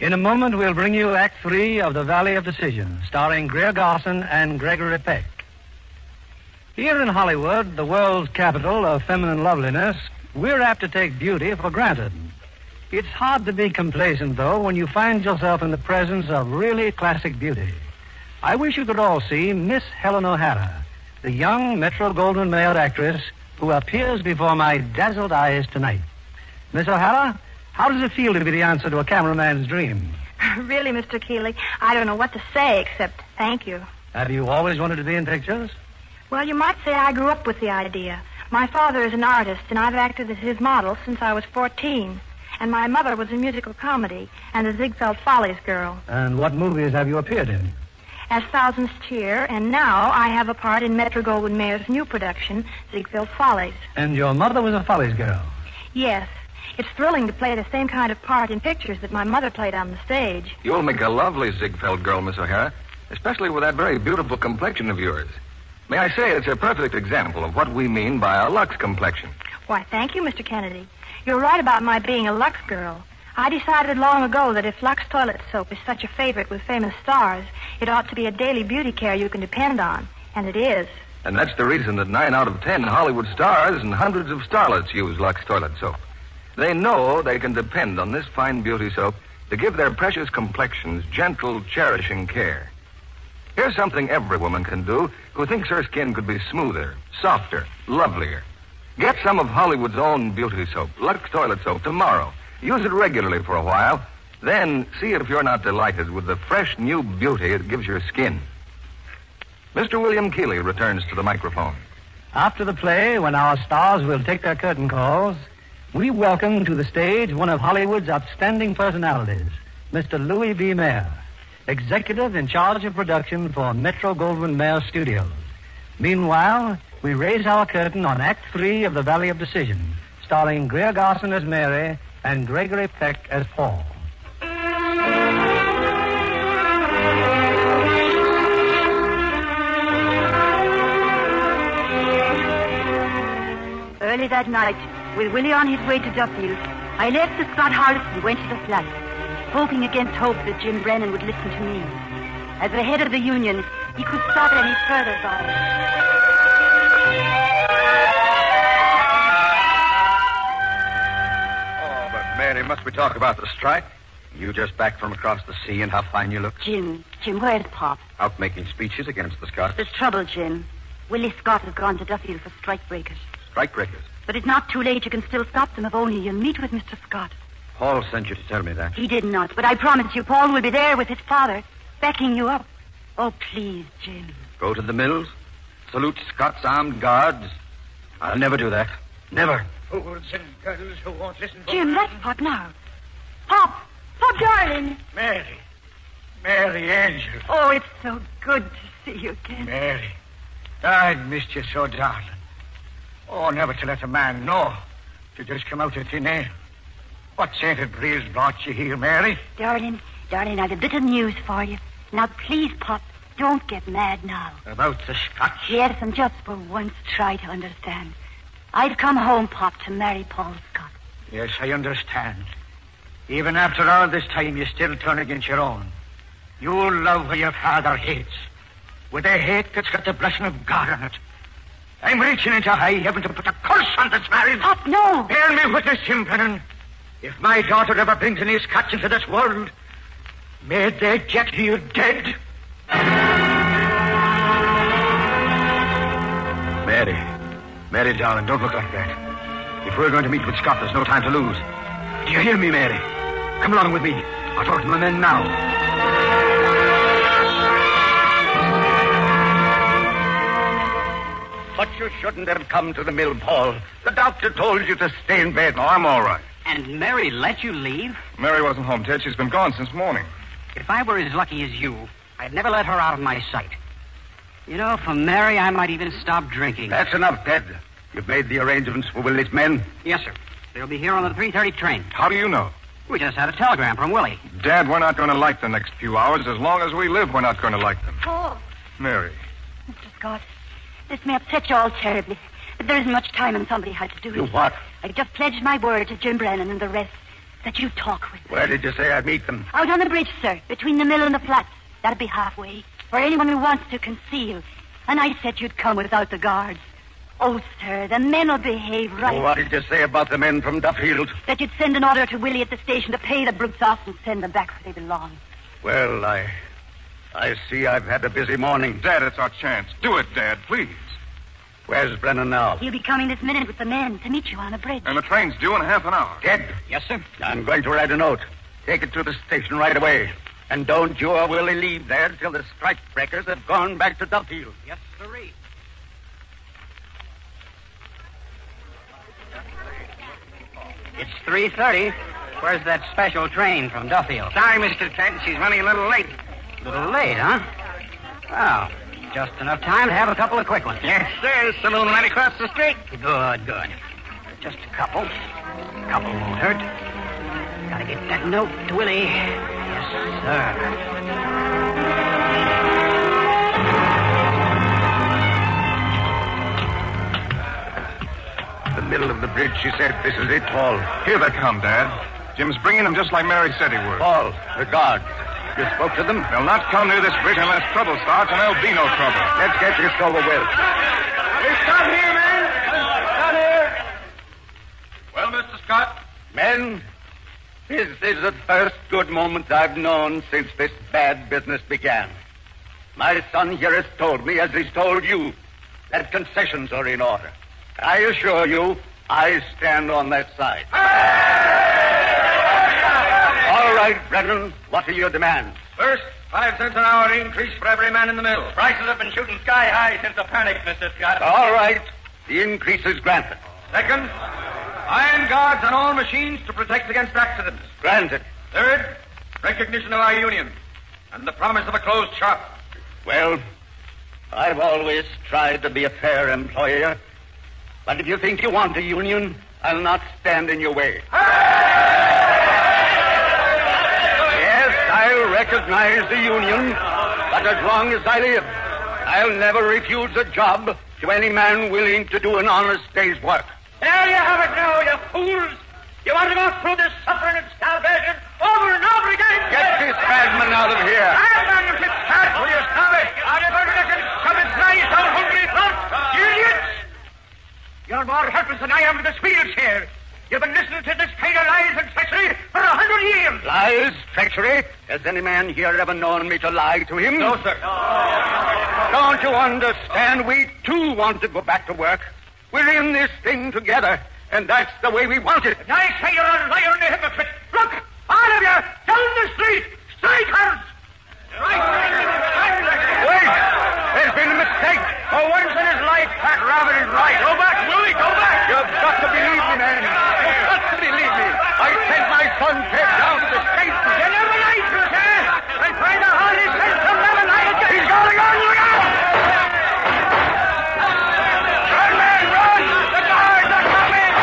Speaker 2: In a moment, we'll bring you Act Three of The Valley of Decision, starring Greer Garson and Gregory Peck. Here in Hollywood, the world's capital of feminine loveliness, we're apt to take beauty for granted. It's hard to be complacent, though, when you find yourself in the presence of really classic beauty. I wish you could all see Miss Helen O'Hara, the young Metro Goldwyn Mayer actress who appears before my dazzled eyes tonight. Miss O'Hara, how does it feel to be the answer to a cameraman's dream?
Speaker 13: really, Mr. Keeley, I don't know what to say except thank you.
Speaker 2: Have you always wanted to be in pictures?
Speaker 13: Well, you might say I grew up with the idea. My father is an artist, and I've acted as his model since I was 14. And my mother was in musical comedy and the Ziegfeld Follies girl,
Speaker 2: And what movies have you appeared in?
Speaker 13: as Thousands Cheer, and now I have a part in Metro Goldwyn Mayer's new production, Ziegfeld Follies.
Speaker 2: And your mother was a Follies girl.
Speaker 13: Yes, it's thrilling to play the same kind of part in pictures that my mother played on the stage.
Speaker 10: You'll make a lovely Ziegfeld girl, Miss O'Hara, especially with that very beautiful complexion of yours. May I say it's a perfect example of what we mean by a Lux complexion.
Speaker 13: Why, thank you, Mr. Kennedy. You're right about my being a Lux girl. I decided long ago that if Lux toilet soap is such a favorite with famous stars, it ought to be a daily beauty care you can depend on. And it is.
Speaker 10: And that's the reason that nine out of ten Hollywood stars and hundreds of starlets use Lux toilet soap. They know they can depend on this fine beauty soap to give their precious complexions gentle, cherishing care. Here's something every woman can do who thinks her skin could be smoother, softer, lovelier. Get some of Hollywood's own beauty soap, Lux toilet soap, tomorrow. Use it regularly for a while. Then see if you're not delighted with the fresh new beauty it gives your skin. Mr. William Keeley returns to the microphone.
Speaker 2: After the play, when our stars will take their curtain calls, we welcome to the stage one of Hollywood's outstanding personalities, Mr. Louis B. Mayer, executive in charge of production for Metro Goldwyn Mayer Studios. Meanwhile, we raise our curtain on Act Three of The Valley of Decision, starring Greer Garson as Mary and Gregory Peck as Paul.
Speaker 3: Early that night, with Willie on his way to Duffield, I left the Scott house and went to the flat, hoping against hope that Jim Brennan would listen to me. As the head of the union, he could stop any further violence.
Speaker 15: Oh, but Mary, must we talk about the strike? You just back from across the sea and how fine you look.
Speaker 6: Jim, Jim, where's Pop?
Speaker 15: Out making speeches against the Scots.
Speaker 6: There's trouble, Jim. Willie Scott has gone to Duffield for strikebreakers.
Speaker 15: Strikebreakers.
Speaker 6: But it's not too late. You can still stop them if only you meet with Mr. Scott.
Speaker 15: Paul sent you to tell me that.
Speaker 6: He did not, but I promise you, Paul will be there with his father, backing you up. Oh, please, Jim.
Speaker 15: Go to the mills, salute Scott's armed guards. I'll never do that. Never.
Speaker 5: Fools and girls who won't listen to
Speaker 6: Jim, that's Pop now. Pop! Pop, darling!
Speaker 5: Mary. Mary Angel.
Speaker 6: Oh, it's so good to see you again.
Speaker 5: Mary. I'd missed you so, darling. Oh, never to let a man know. To just come out of thin air. What sainted breeze brought you here, Mary?
Speaker 6: Darling, darling, I've a bit of news for you. Now, please, Pop, don't get mad now.
Speaker 5: About the Scots.
Speaker 6: Yes, and just for once, try to understand. I've come home, Pop, to marry Paul Scott.
Speaker 5: Yes, I understand.
Speaker 16: Even after all this time, you still turn against your own. You love what your father hates. With a hate that's got the blessing of God on it. I'm reaching into high heaven to put a curse on this marriage. Pop,
Speaker 17: no.
Speaker 16: Bear me witness, Jim Brennan. If my daughter ever brings any Scots into this world, may they get you dead.
Speaker 18: Mary. Mary, darling, don't look like that. If we're going to meet with Scott, there's no time to lose. Do you hear me, Mary? Come along with me. I'll talk to my men now.
Speaker 9: But you shouldn't have come to the mill, Paul. The doctor told you to stay in bed. I'm all right.
Speaker 8: And Mary let you leave?
Speaker 1: Mary wasn't home, Ted. She's been gone since morning.
Speaker 8: If I were as lucky as you, I'd never let her out of my sight. You know, for Mary, I might even stop drinking.
Speaker 9: That's enough, Ted. You've made the arrangements for Willie's men.
Speaker 8: Yes, sir. They'll be here on the 3.30 train.
Speaker 1: How do you know?
Speaker 8: We just had a telegram from Willie.
Speaker 1: Dad, we're not going to like the next few hours. As long as we live, we're not going to like them.
Speaker 6: Paul,
Speaker 1: Mary.
Speaker 6: Mr. Scott, this may upset you all terribly, but there isn't much time and somebody had to do it.
Speaker 9: You what?
Speaker 6: I just pledged my word to Jim Brennan and the rest that you talk with.
Speaker 9: Where did you say I'd meet them?
Speaker 6: Out on the bridge, sir, between the mill and the flats. That'll be halfway, for anyone who wants to conceal. And I said you'd come without the guards. Oh, sir, the men'll behave right.
Speaker 9: What did you say about the men from Duffield?
Speaker 6: That you'd send an order to Willie at the station to pay the brutes off and send them back where they belong.
Speaker 9: Well, I. I see I've had a busy morning.
Speaker 1: Dad, it's our chance. Do it, Dad, please.
Speaker 9: Where's Brennan now?
Speaker 6: He'll be coming this minute with the men to meet you on the bridge.
Speaker 1: And the train's due in half an hour.
Speaker 9: Dead.
Speaker 8: Yes, sir.
Speaker 9: I'm going to write a note. Take it to the station right away. And don't you or Willie leave there till the strike breakers have gone back to Duffield.
Speaker 8: Yes, sirree. It's 3.30. Where's that special train from Duffield?
Speaker 5: Sorry, Mr. Ted. She's running a little late.
Speaker 8: A little late, huh? Well, just enough time to have a couple of quick ones.
Speaker 5: Yes, sir. Saloon right across the street.
Speaker 8: Good, good. Just a couple. A couple won't hurt. Gotta get that note to Willie. Yes, sir.
Speaker 9: The middle of the bridge, she said. This is it, Paul.
Speaker 1: Here they come, Dad. Jim's bringing them just like Mary said he would.
Speaker 9: Paul, the guards. You spoke to them?
Speaker 1: They'll not come near this bridge unless trouble starts, and there'll be no trouble.
Speaker 9: Let's get this over with.
Speaker 18: Stop here, men! Stop here!
Speaker 9: Well, Mr. Scott? Men, this is the first good moment I've known since this bad business began. My son here has told me, as he's told you, that concessions are in order. I assure you, I stand on that side. All right, Brennan, what are your demands?
Speaker 5: First, five cents an hour increase for every man in the mill. Prices have been shooting sky high since the panic, Mr. Scott.
Speaker 9: All right, the increase is granted.
Speaker 5: Second, iron guards on all machines to protect against accidents.
Speaker 9: Granted.
Speaker 5: Third, recognition of our union and the promise of a closed shop.
Speaker 9: Well, I've always tried to be a fair employer. But if you think you want a union, I'll not stand in your way. Yes, I recognize the union, but as long as I live, I'll never refuse a job to any man willing to do an honest day's work.
Speaker 5: There you have it now, you fools! You want to go through this suffering and starvation over and over again?
Speaker 9: Get this madman out of here!
Speaker 5: Madman, you cat! Will you stop it? Are you going to let him come and dry his own hungry throat? You idiots! You're more helpless than I am with this wheelchair. You've been listening to this kind of lies and treachery for a hundred years.
Speaker 9: Lies, treachery? Has any man here ever known me to lie to him? No,
Speaker 5: sir.
Speaker 9: Don't you understand? We too want to go back to work. We're in this thing together, and that's the way we want it.
Speaker 5: I say you're a liar and a hypocrite. Look, all of you, down the street, strikers!
Speaker 9: Wait! There's been a mistake. For once in his life, Pat Rabbit is right. Go back, Willie, go back. You've got to believe me, man. You've got to believe me. I sent my son Ted down to the station. You never lied to us, eh? I find out how he sent to never lie again. He's got to go. Look out! Run, man, run! The guards are coming!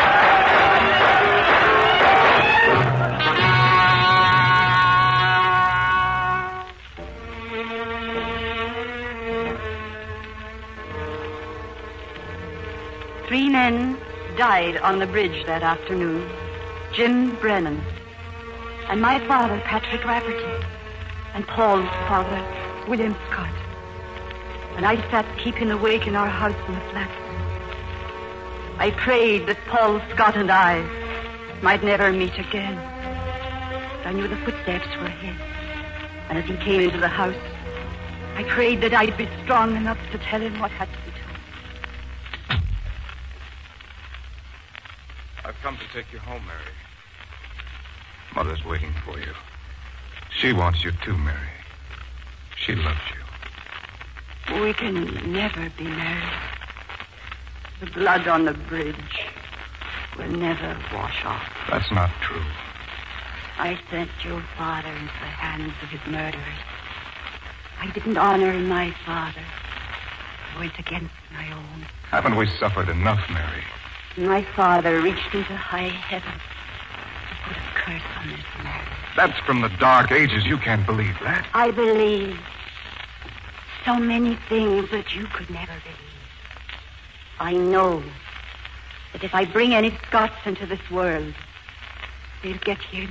Speaker 17: Three men died on the bridge that afternoon. Jim Brennan,
Speaker 6: and my father, Patrick Rafferty, and Paul's father, William Scott. And I sat keeping awake in our house in the flat. I prayed that Paul Scott and I might never meet again. I knew the footsteps were his. And as he came into the house, I prayed that I'd be strong enough to tell him what had to be done.
Speaker 19: I've come to take you home, Mary.
Speaker 1: Mother's waiting for you. She wants you too, Mary. She loves you.
Speaker 6: We can never be married. The blood on the bridge will never wash off.
Speaker 1: That's not true.
Speaker 6: I sent your father into the hands of his murderers. I didn't honor my father. I went against my own.
Speaker 1: Haven't we suffered enough, Mary?
Speaker 6: My father reached into high heaven. Put a curse on this man.
Speaker 1: That's from the dark ages. You can't believe that.
Speaker 6: I believe so many things that you could never believe. I know that if I bring any Scots into this world, they'll get here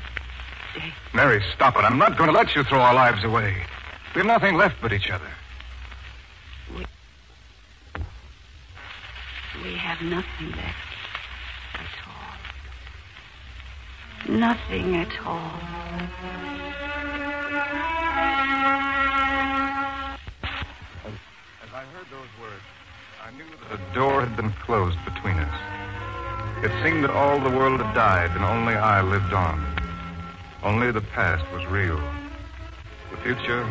Speaker 6: dead.
Speaker 1: Mary, stop it. I'm not going to let you throw our lives away. We have nothing left but each other.
Speaker 6: We have nothing left at all. Nothing at all.
Speaker 1: As I heard those words, I knew that the door had been closed between us. It seemed that all the world had died and only I lived on. Only the past was real. The future,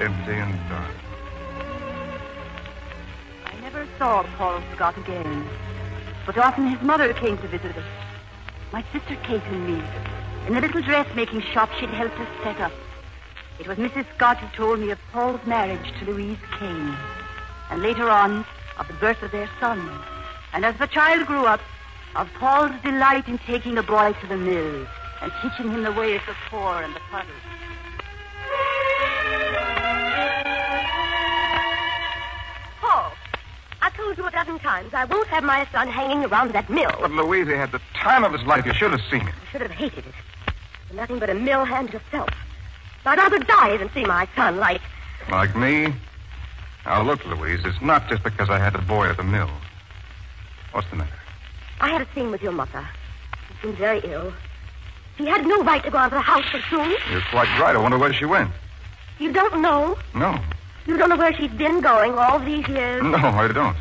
Speaker 1: empty and dark.
Speaker 6: I never saw Paul Scott again, but often his mother came to visit us. My sister Kate and me, in the little dressmaking shop she'd helped us set up. It was Mrs. Scott who told me of Paul's marriage to Louise Kane, and later on, of the birth of their son. And as the child grew up, of Paul's delight in taking the boy to the mill and teaching him the way of the pour and the puddle.
Speaker 4: Paul, I've told you a dozen times I won't have my son hanging around that mill.
Speaker 1: But Louise, he had the time of his life. You should have seen him.
Speaker 4: I should have hated it. You're Nothing but a mill hand yourself. I'd rather die than see my son like.
Speaker 1: Like me? Now, look, Louise, it's not just because I had the boy at the mill. What's the matter?
Speaker 4: I had a scene with your mother. She seemed very ill. She had no right to go out of the house so soon.
Speaker 1: You're quite right. I wonder where she went.
Speaker 4: You don't know.
Speaker 1: No.
Speaker 4: You don't know where she's been going all these years.
Speaker 1: No, I don't.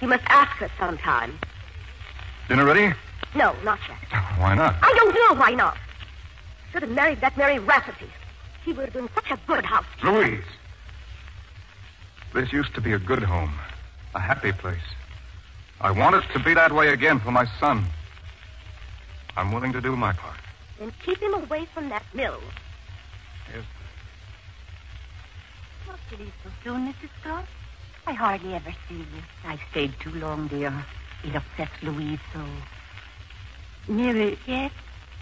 Speaker 4: You must ask her sometime.
Speaker 1: Dinner ready?
Speaker 4: No, not yet.
Speaker 1: Why not?
Speaker 4: I don't know why not. Should have married that Mary Rafferty. She would have been such a good house.
Speaker 1: Louise. This used to be a good home, a happy place. I want it to be that way again for my son. I'm willing to do my part.
Speaker 4: Then keep him away from that mill.
Speaker 1: Yes.
Speaker 20: Not to leave so soon, Mrs. Scott. I hardly ever see you.
Speaker 7: I've stayed too long, dear. It upsets Louise so.
Speaker 20: Mary, yes?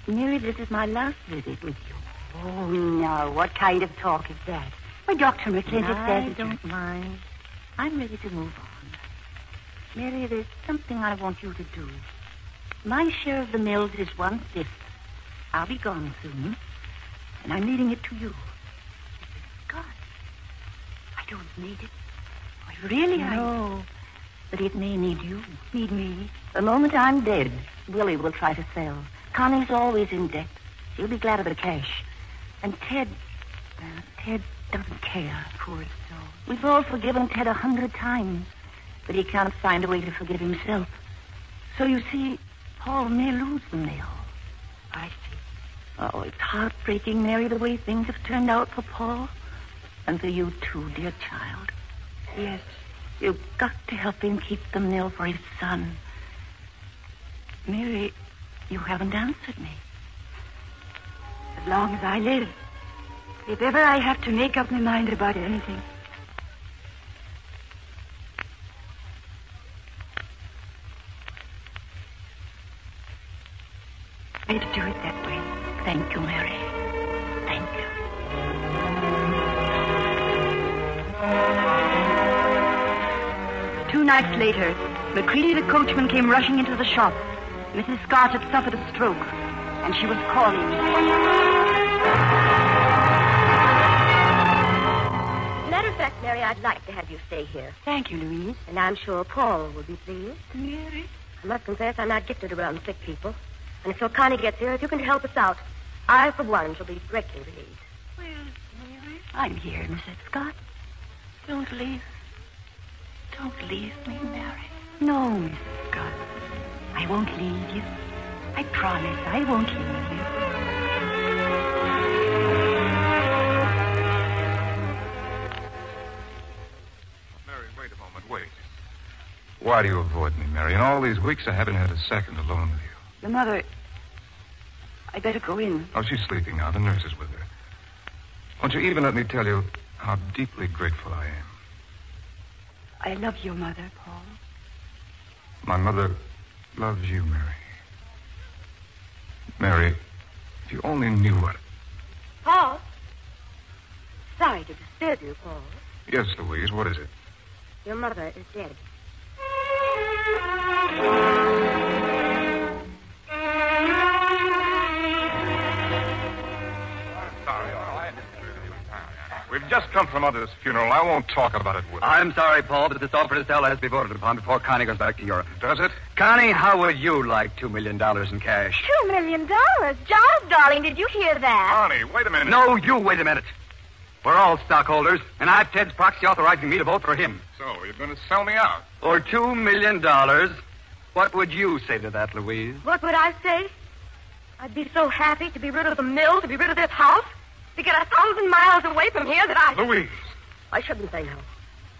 Speaker 20: Mary, this is my last visit with you. Oh, no. What kind of talk is that? Why, Dr. McClintock
Speaker 7: I
Speaker 20: says... it-
Speaker 7: don't mind. I'm ready to move on. Mary, there's something I want you to do. My share of the mills is one fifth. I'll be gone soon, and I'm leaving it to you. God, I don't need it. I really I know, but it may need you. Need me? The moment I'm dead, Willie will try to sell. Connie's always in debt. She'll be glad of the cash. And Ted, uh, Ted doesn't care, poor soul. We've all forgiven Ted a hundred times, but he can't find a way to forgive himself. So you see, Paul may lose the mill. I see. Oh, it's heartbreaking, Mary, the way things have turned out for Paul. And for you, too, dear child. Yes, you've got to help him keep the mill for his son. Mary, you haven't answered me.
Speaker 6: As long as I live. If ever I have to make up my mind about anything.
Speaker 7: Way to do it that way. Thank you, Mary. Thank you.
Speaker 6: Two nights later, McCready the coachman came rushing into the shop. Mrs. Scott had suffered a stroke, and she was calling.
Speaker 4: Matter of fact, Mary, I'd like to have you stay here.
Speaker 7: Thank you, Louise.
Speaker 4: And I'm sure Paul will be pleased.
Speaker 7: Mary?
Speaker 4: I must confess I'm not gifted around sick people. And until Connie gets here, if you can help us out, I, for one, shall be greatly relieved.
Speaker 7: Well, Mary? I'm here, Mrs. Scott. Don't leave. Don't leave me, Mary. No, Mrs. Scott. I won't leave you. I promise I won't leave you.
Speaker 1: Mary, wait a moment. Wait. Why do you avoid me, Mary? In all these weeks, I haven't had a second alone with you.
Speaker 7: Your mother. I better go in.
Speaker 1: Oh, she's sleeping now. The nurse is with her. Won't you even let me tell you how deeply grateful I am?
Speaker 7: I love your mother, Paul.
Speaker 1: My mother loves you, Mary. Mary, if you only knew what.
Speaker 4: Paul? Sorry to disturb you, Paul.
Speaker 1: Yes, Louise, what is it?
Speaker 4: Your mother is dead.
Speaker 1: We've just come from Mother's funeral. I won't talk about it with
Speaker 9: I'm sorry, Paul, but this offer to sell has to be voted upon before Connie goes back to Europe.
Speaker 1: Does it?
Speaker 9: Connie, how would you like $2 million in cash?
Speaker 4: Two million dollars. Giles, darling, did you hear that?
Speaker 1: Connie, wait a minute.
Speaker 9: No, you wait a minute. We're all stockholders, and I've Ted's proxy authorizing me to vote for him.
Speaker 1: So, you're going to sell me out?
Speaker 9: For $2 million, what would you say to that, Louise?
Speaker 4: What would I say? I'd be so happy to be rid of the mill, to be rid of this house, to get a thousand miles away from here that I.
Speaker 1: Louise!
Speaker 4: Why shouldn't they know?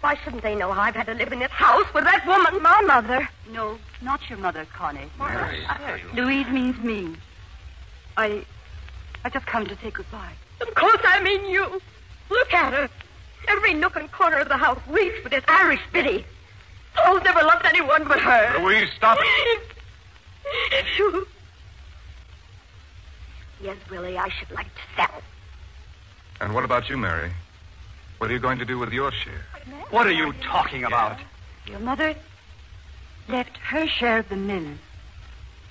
Speaker 4: Why shouldn't they know how I've had to live in this house with that woman, my mother?
Speaker 6: No, not your mother, Connie.
Speaker 4: Mary.
Speaker 6: Uh, Louise means me. I. I just come to say goodbye.
Speaker 4: Of course I mean you. Look at her. Every nook and corner of the house reeks with this Irish biddy. Paul's never loved anyone but her.
Speaker 1: Louise, stop
Speaker 4: it. you. Yes, Willie, I should like to sell.
Speaker 1: And what about you, Mary? What are you going to do with your share?
Speaker 9: What are you talking about?
Speaker 6: Your mother left her share of the mill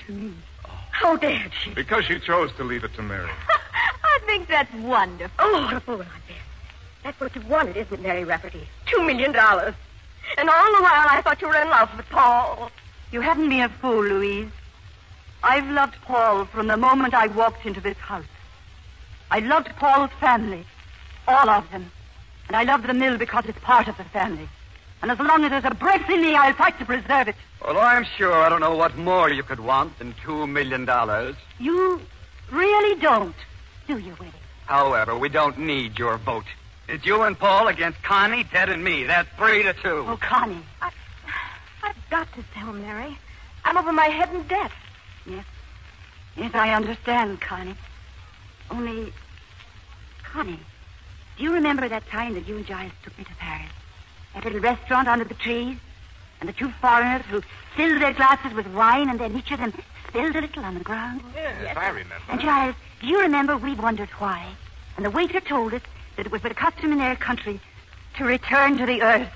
Speaker 6: to me.
Speaker 7: Oh.
Speaker 4: How dare she?
Speaker 1: Because you chose to leave it to Mary.
Speaker 4: I think that's wonderful. Oh, wonderful, I bet. That's what you wanted, isn't it, Mary Rafferty? Two million dollars. And all the while I thought you were in love with Paul.
Speaker 6: Oh, You hadn't been a fool, Louise. I've loved Paul from the moment I walked into this house. I loved Paul's family, all of them. And I love the mill because it's part of the family. And as long as there's a breath in me, I'll fight to preserve it.
Speaker 9: Well, I'm sure I don't know what more you could want than $2 million.
Speaker 6: You really don't, do you, Willie?
Speaker 9: However, we don't need your vote. It's you and Paul against Connie, Ted, and me. That's three to two.
Speaker 6: Oh, Connie.
Speaker 21: I've got to sell, Mary. I'm over my head in debt.
Speaker 6: Yes. Yes, I understand, Connie. Only, Connie, do you remember that time that you and Giles took me to Paris? That little restaurant under the trees? And the two foreigners who filled their glasses with wine and then each of them spilled a little on the ground?
Speaker 22: Yes, I remember.
Speaker 6: And Giles, do you remember we wondered why? And the waiter told us that it was the custom in their country to return to the earth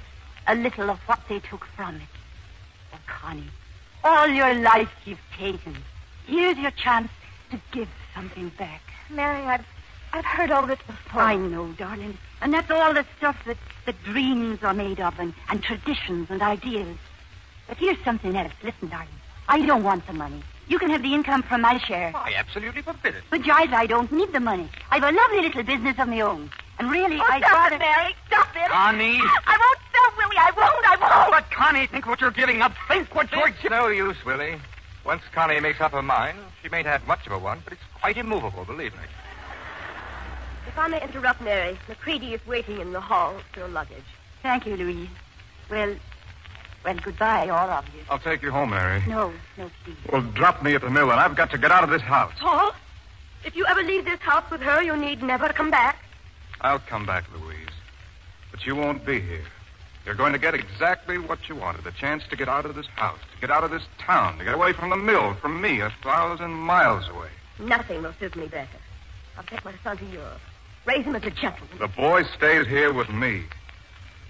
Speaker 6: a little of what they took from it. Oh, Connie, all your life you've taken. Here's your chance to give something back.
Speaker 21: Mary, I've, I've heard all this before.
Speaker 6: I know, darling. And that's all the stuff that, that dreams are made of and, and traditions and ideas. But here's something else. Listen, darling. I don't want the money. You can have the income from my share.
Speaker 9: I absolutely forbid it.
Speaker 6: But, Giles, I don't need the money. I've a lovely little business of my own. And really,
Speaker 4: Oh,
Speaker 6: I'd
Speaker 4: stop
Speaker 6: rather...
Speaker 4: it, Mary. Stop it.
Speaker 9: Connie.
Speaker 4: I won't sell, Willie. I won't. I won't.
Speaker 9: But, Connie, think what you're giving up. Think what you're...
Speaker 23: It's no use, Willie. Once Connie makes up her mind, she mayn't have much of a one, but it's quite immovable, believe me.
Speaker 4: If I may interrupt, Mary, McCready is waiting in the hall for your luggage.
Speaker 6: Thank you, Louise. Well, well, goodbye, all of you.
Speaker 1: I'll take you home, Mary.
Speaker 6: No, no, please.
Speaker 1: Well, drop me at the mill, and I've got to get out of this house.
Speaker 4: Paul, if you ever leave this house with her, you need never come back.
Speaker 1: I'll come back, Louise. But you won't be here. You're going to get exactly what you wanted the chance to get out of this house, to get out of this town, to get away from the mill, from me, a thousand miles away.
Speaker 4: Nothing will suit me better. I'll take my son to Europe. Raise him as a gentleman.
Speaker 1: The boy stays here with me.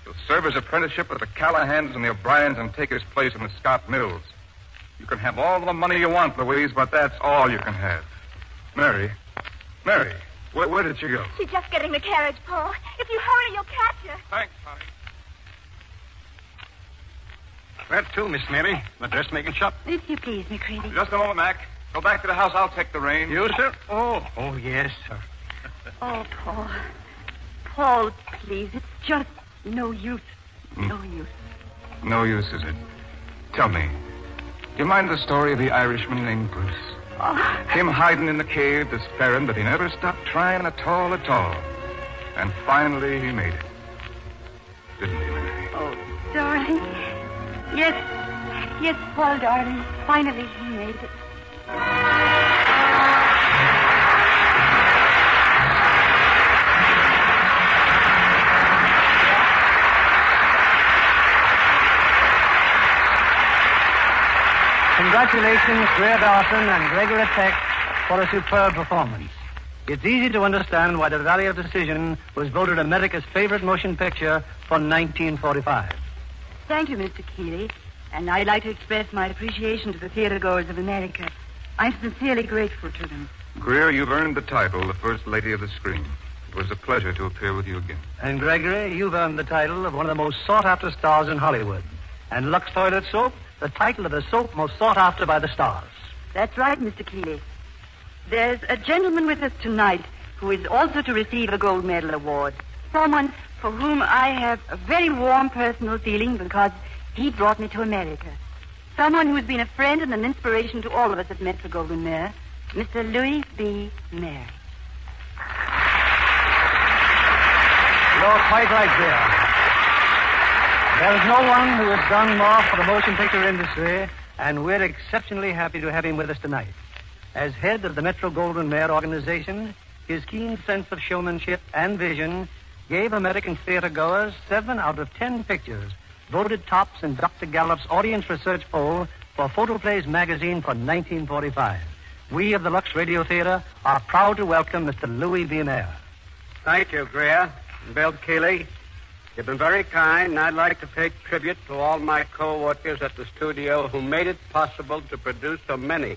Speaker 1: He'll serve his apprenticeship with the Callahans and the O'Briens and take his place in the Scott Mills. You can have all the money you want, Louise, but that's all you can have. Mary. Mary.
Speaker 24: Where, where did she go?
Speaker 4: She's just getting the carriage, Paul. If you hurry, you'll catch her.
Speaker 25: Thanks, Polly.
Speaker 26: Where to, Miss Mary? The dressmaking shop?
Speaker 6: If you please, McCready.
Speaker 25: Just a moment, Mac. Go back to the house. I'll take the reins.
Speaker 26: You, sir?
Speaker 25: Oh.
Speaker 26: Oh, yes, sir.
Speaker 6: Oh, Paul. Paul, please. It's just no use. No use.
Speaker 1: No use, is it? Tell me, do you mind the story of the Irishman named Bruce? Him hiding in the cave, despairing, but he never stopped trying at all, at all. And finally, he made it. Didn't he, Mary?
Speaker 6: Darling. Yes. Yes, Paul, darling. Finally, he made it.
Speaker 2: Congratulations, Greer Dawson and Gregory Peck, for a superb performance. It's easy to understand why the Valley of Decision was voted America's favorite motion picture for 1945.
Speaker 6: Thank you, Mr. Keeley. And I'd like to express my appreciation to the theatergoers of America. I'm sincerely grateful to them.
Speaker 1: Greer, you've earned the title, the First Lady of the Screen. It was a pleasure to appear with you again.
Speaker 2: And Gregory, you've earned the title of one of the most sought after stars in Hollywood. And Lux Toilet Soap, the title of the soap most sought after by the stars.
Speaker 6: That's right, Mr. Keeley. There's a gentleman with us tonight who is also to receive a gold medal award. Someone for whom I have a very warm personal feeling because he brought me to America. Someone who's been a friend and an inspiration to all of us at Metro Golden Mare, Mr. Louis B. Mayer.
Speaker 2: You're quite right, dear. There is no one who has done more for the motion picture industry, and we're exceptionally happy to have him with us tonight. As head of the Metro Golden Mare organization, his keen sense of showmanship and vision gave American theatergoers seven out of ten pictures, voted tops in Dr. Gallup's audience research poll for Photoplays magazine for 1945. We of the Lux Radio Theater are proud to welcome Mr. Louis B. Mayer.
Speaker 9: Thank you, Greer and Bill Keeley. You've been very kind, and I'd like to pay tribute to all my co-workers at the studio who made it possible to produce so many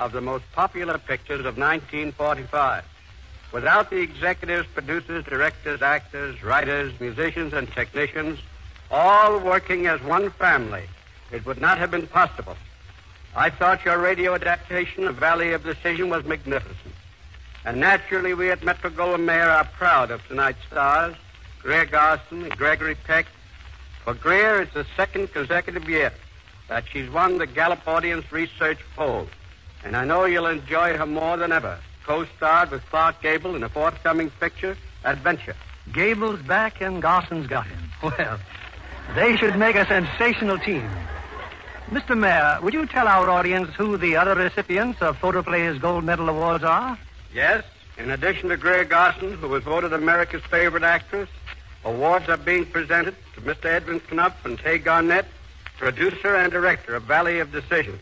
Speaker 9: of the most popular pictures of 1945. Without the executives, producers, directors, actors, writers, musicians, and technicians, all working as one family, it would not have been possible. I thought your radio adaptation of Valley of Decision was magnificent. And naturally, we at Metro Goldwyn Mayer are proud of tonight's stars, Greer Garson and Gregory Peck. For Greer, it's the second consecutive year that she's won the Gallup Audience Research Poll. And I know you'll enjoy her more than ever, co-starred with Clark Gable in a forthcoming picture, Adventure.
Speaker 2: Gable's back and Garson's got him. Well, they should make a sensational team. Mr. Mayor, would you tell our audience who the other recipients of Photoplay's Gold Medal Awards are?
Speaker 9: Yes, in addition to Greer Garson, who was voted America's favorite actress, awards are being presented to Mr. Edwin Knupp and Tay Garnett, producer and director of Valley of Decision.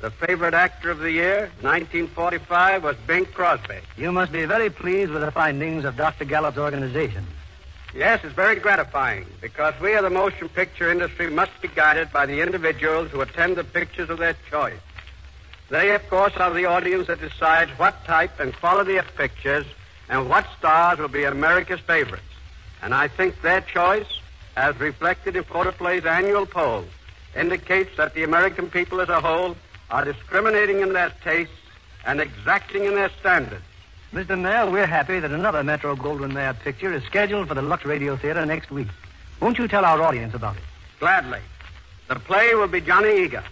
Speaker 9: The favorite actor of the year, 1945, was Bing Crosby.
Speaker 2: You must be very pleased with the findings of Dr. Gallup's organization.
Speaker 9: Yes, it's very gratifying because we of the motion picture industry must be guided by the individuals who attend the pictures of their choice. They, of course, are the audience that decides what type and quality of pictures and what stars will be America's favorites. And I think their choice, as reflected in Photoplay's annual poll, indicates that the American people as a whole are discriminating in their tastes and exacting in their standards.
Speaker 2: Mr. Mayor, we're happy that another Metro Goldwyn Mayer picture is scheduled for the Lux Radio Theater next week. Won't you tell our audience about it?
Speaker 9: Gladly. The play will be Johnny Eager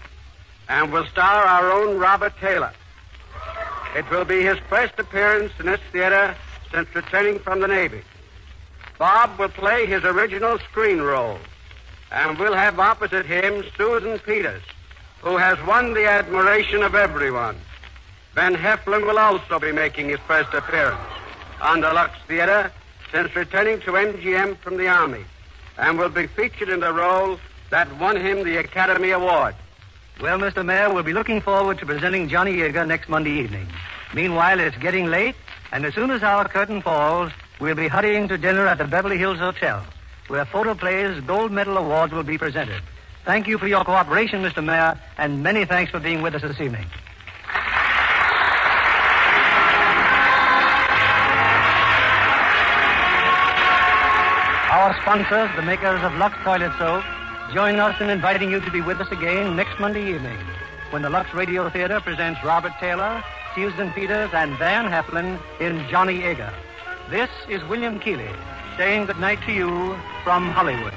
Speaker 9: and will star our own Robert Taylor. It will be his first appearance in this theater since returning from the Navy. Bob will play his original screen role, and we'll have opposite him Susan Peters, who has won the admiration of everyone. Ben Heflin will also be making his first appearance on the Lux Theater since returning to MGM from the Army, and will be featured in the role that won him the Academy Award.
Speaker 2: Well, Mr. Mayor, we'll be looking forward to presenting Johnny Yeager next Monday evening. Meanwhile, it's getting late, and as soon as our curtain falls, we'll be hurrying to dinner at the Beverly Hills Hotel, where Photoplay's Gold Medal Awards will be presented. Thank you for your cooperation, Mr. Mayor, and many thanks for being with us this evening. our sponsors, the makers of Lux Toilet Soap, join us in inviting you to be with us again next Monday evening when the Lux Radio Theater presents Robert Taylor, Susan Peters, and Van Heflin in Johnny Eager. This is William Keeley saying goodnight to you from Hollywood.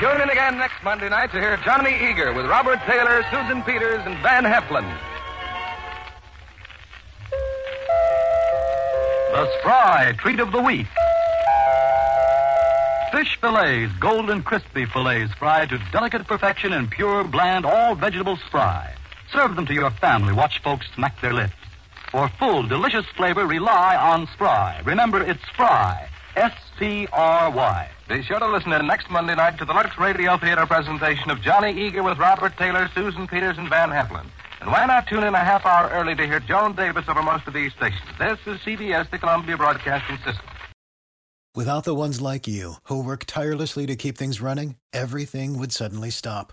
Speaker 10: Tune in again next Monday night to hear Johnny Eager with Robert Taylor, Susan Peters, and Van Heflin.
Speaker 27: The Spry Treat of the Week. Fish fillets, golden crispy fillets, fried to delicate perfection in pure, bland, all vegetable spry. Serve them to your family. Watch folks smack their lips. For full, delicious flavor, rely on Spry. Remember, it's Spry. S C R Y.
Speaker 10: Be sure to listen in next Monday night to the Lux Radio Theater presentation of Johnny Eager with Robert Taylor, Susan Peters, and Van Heflin. And why not tune in a half hour early to hear Joan Davis over most of these stations? This is CBS, the Columbia Broadcasting System.
Speaker 28: Without the ones like you, who work tirelessly to keep things running, everything would suddenly stop.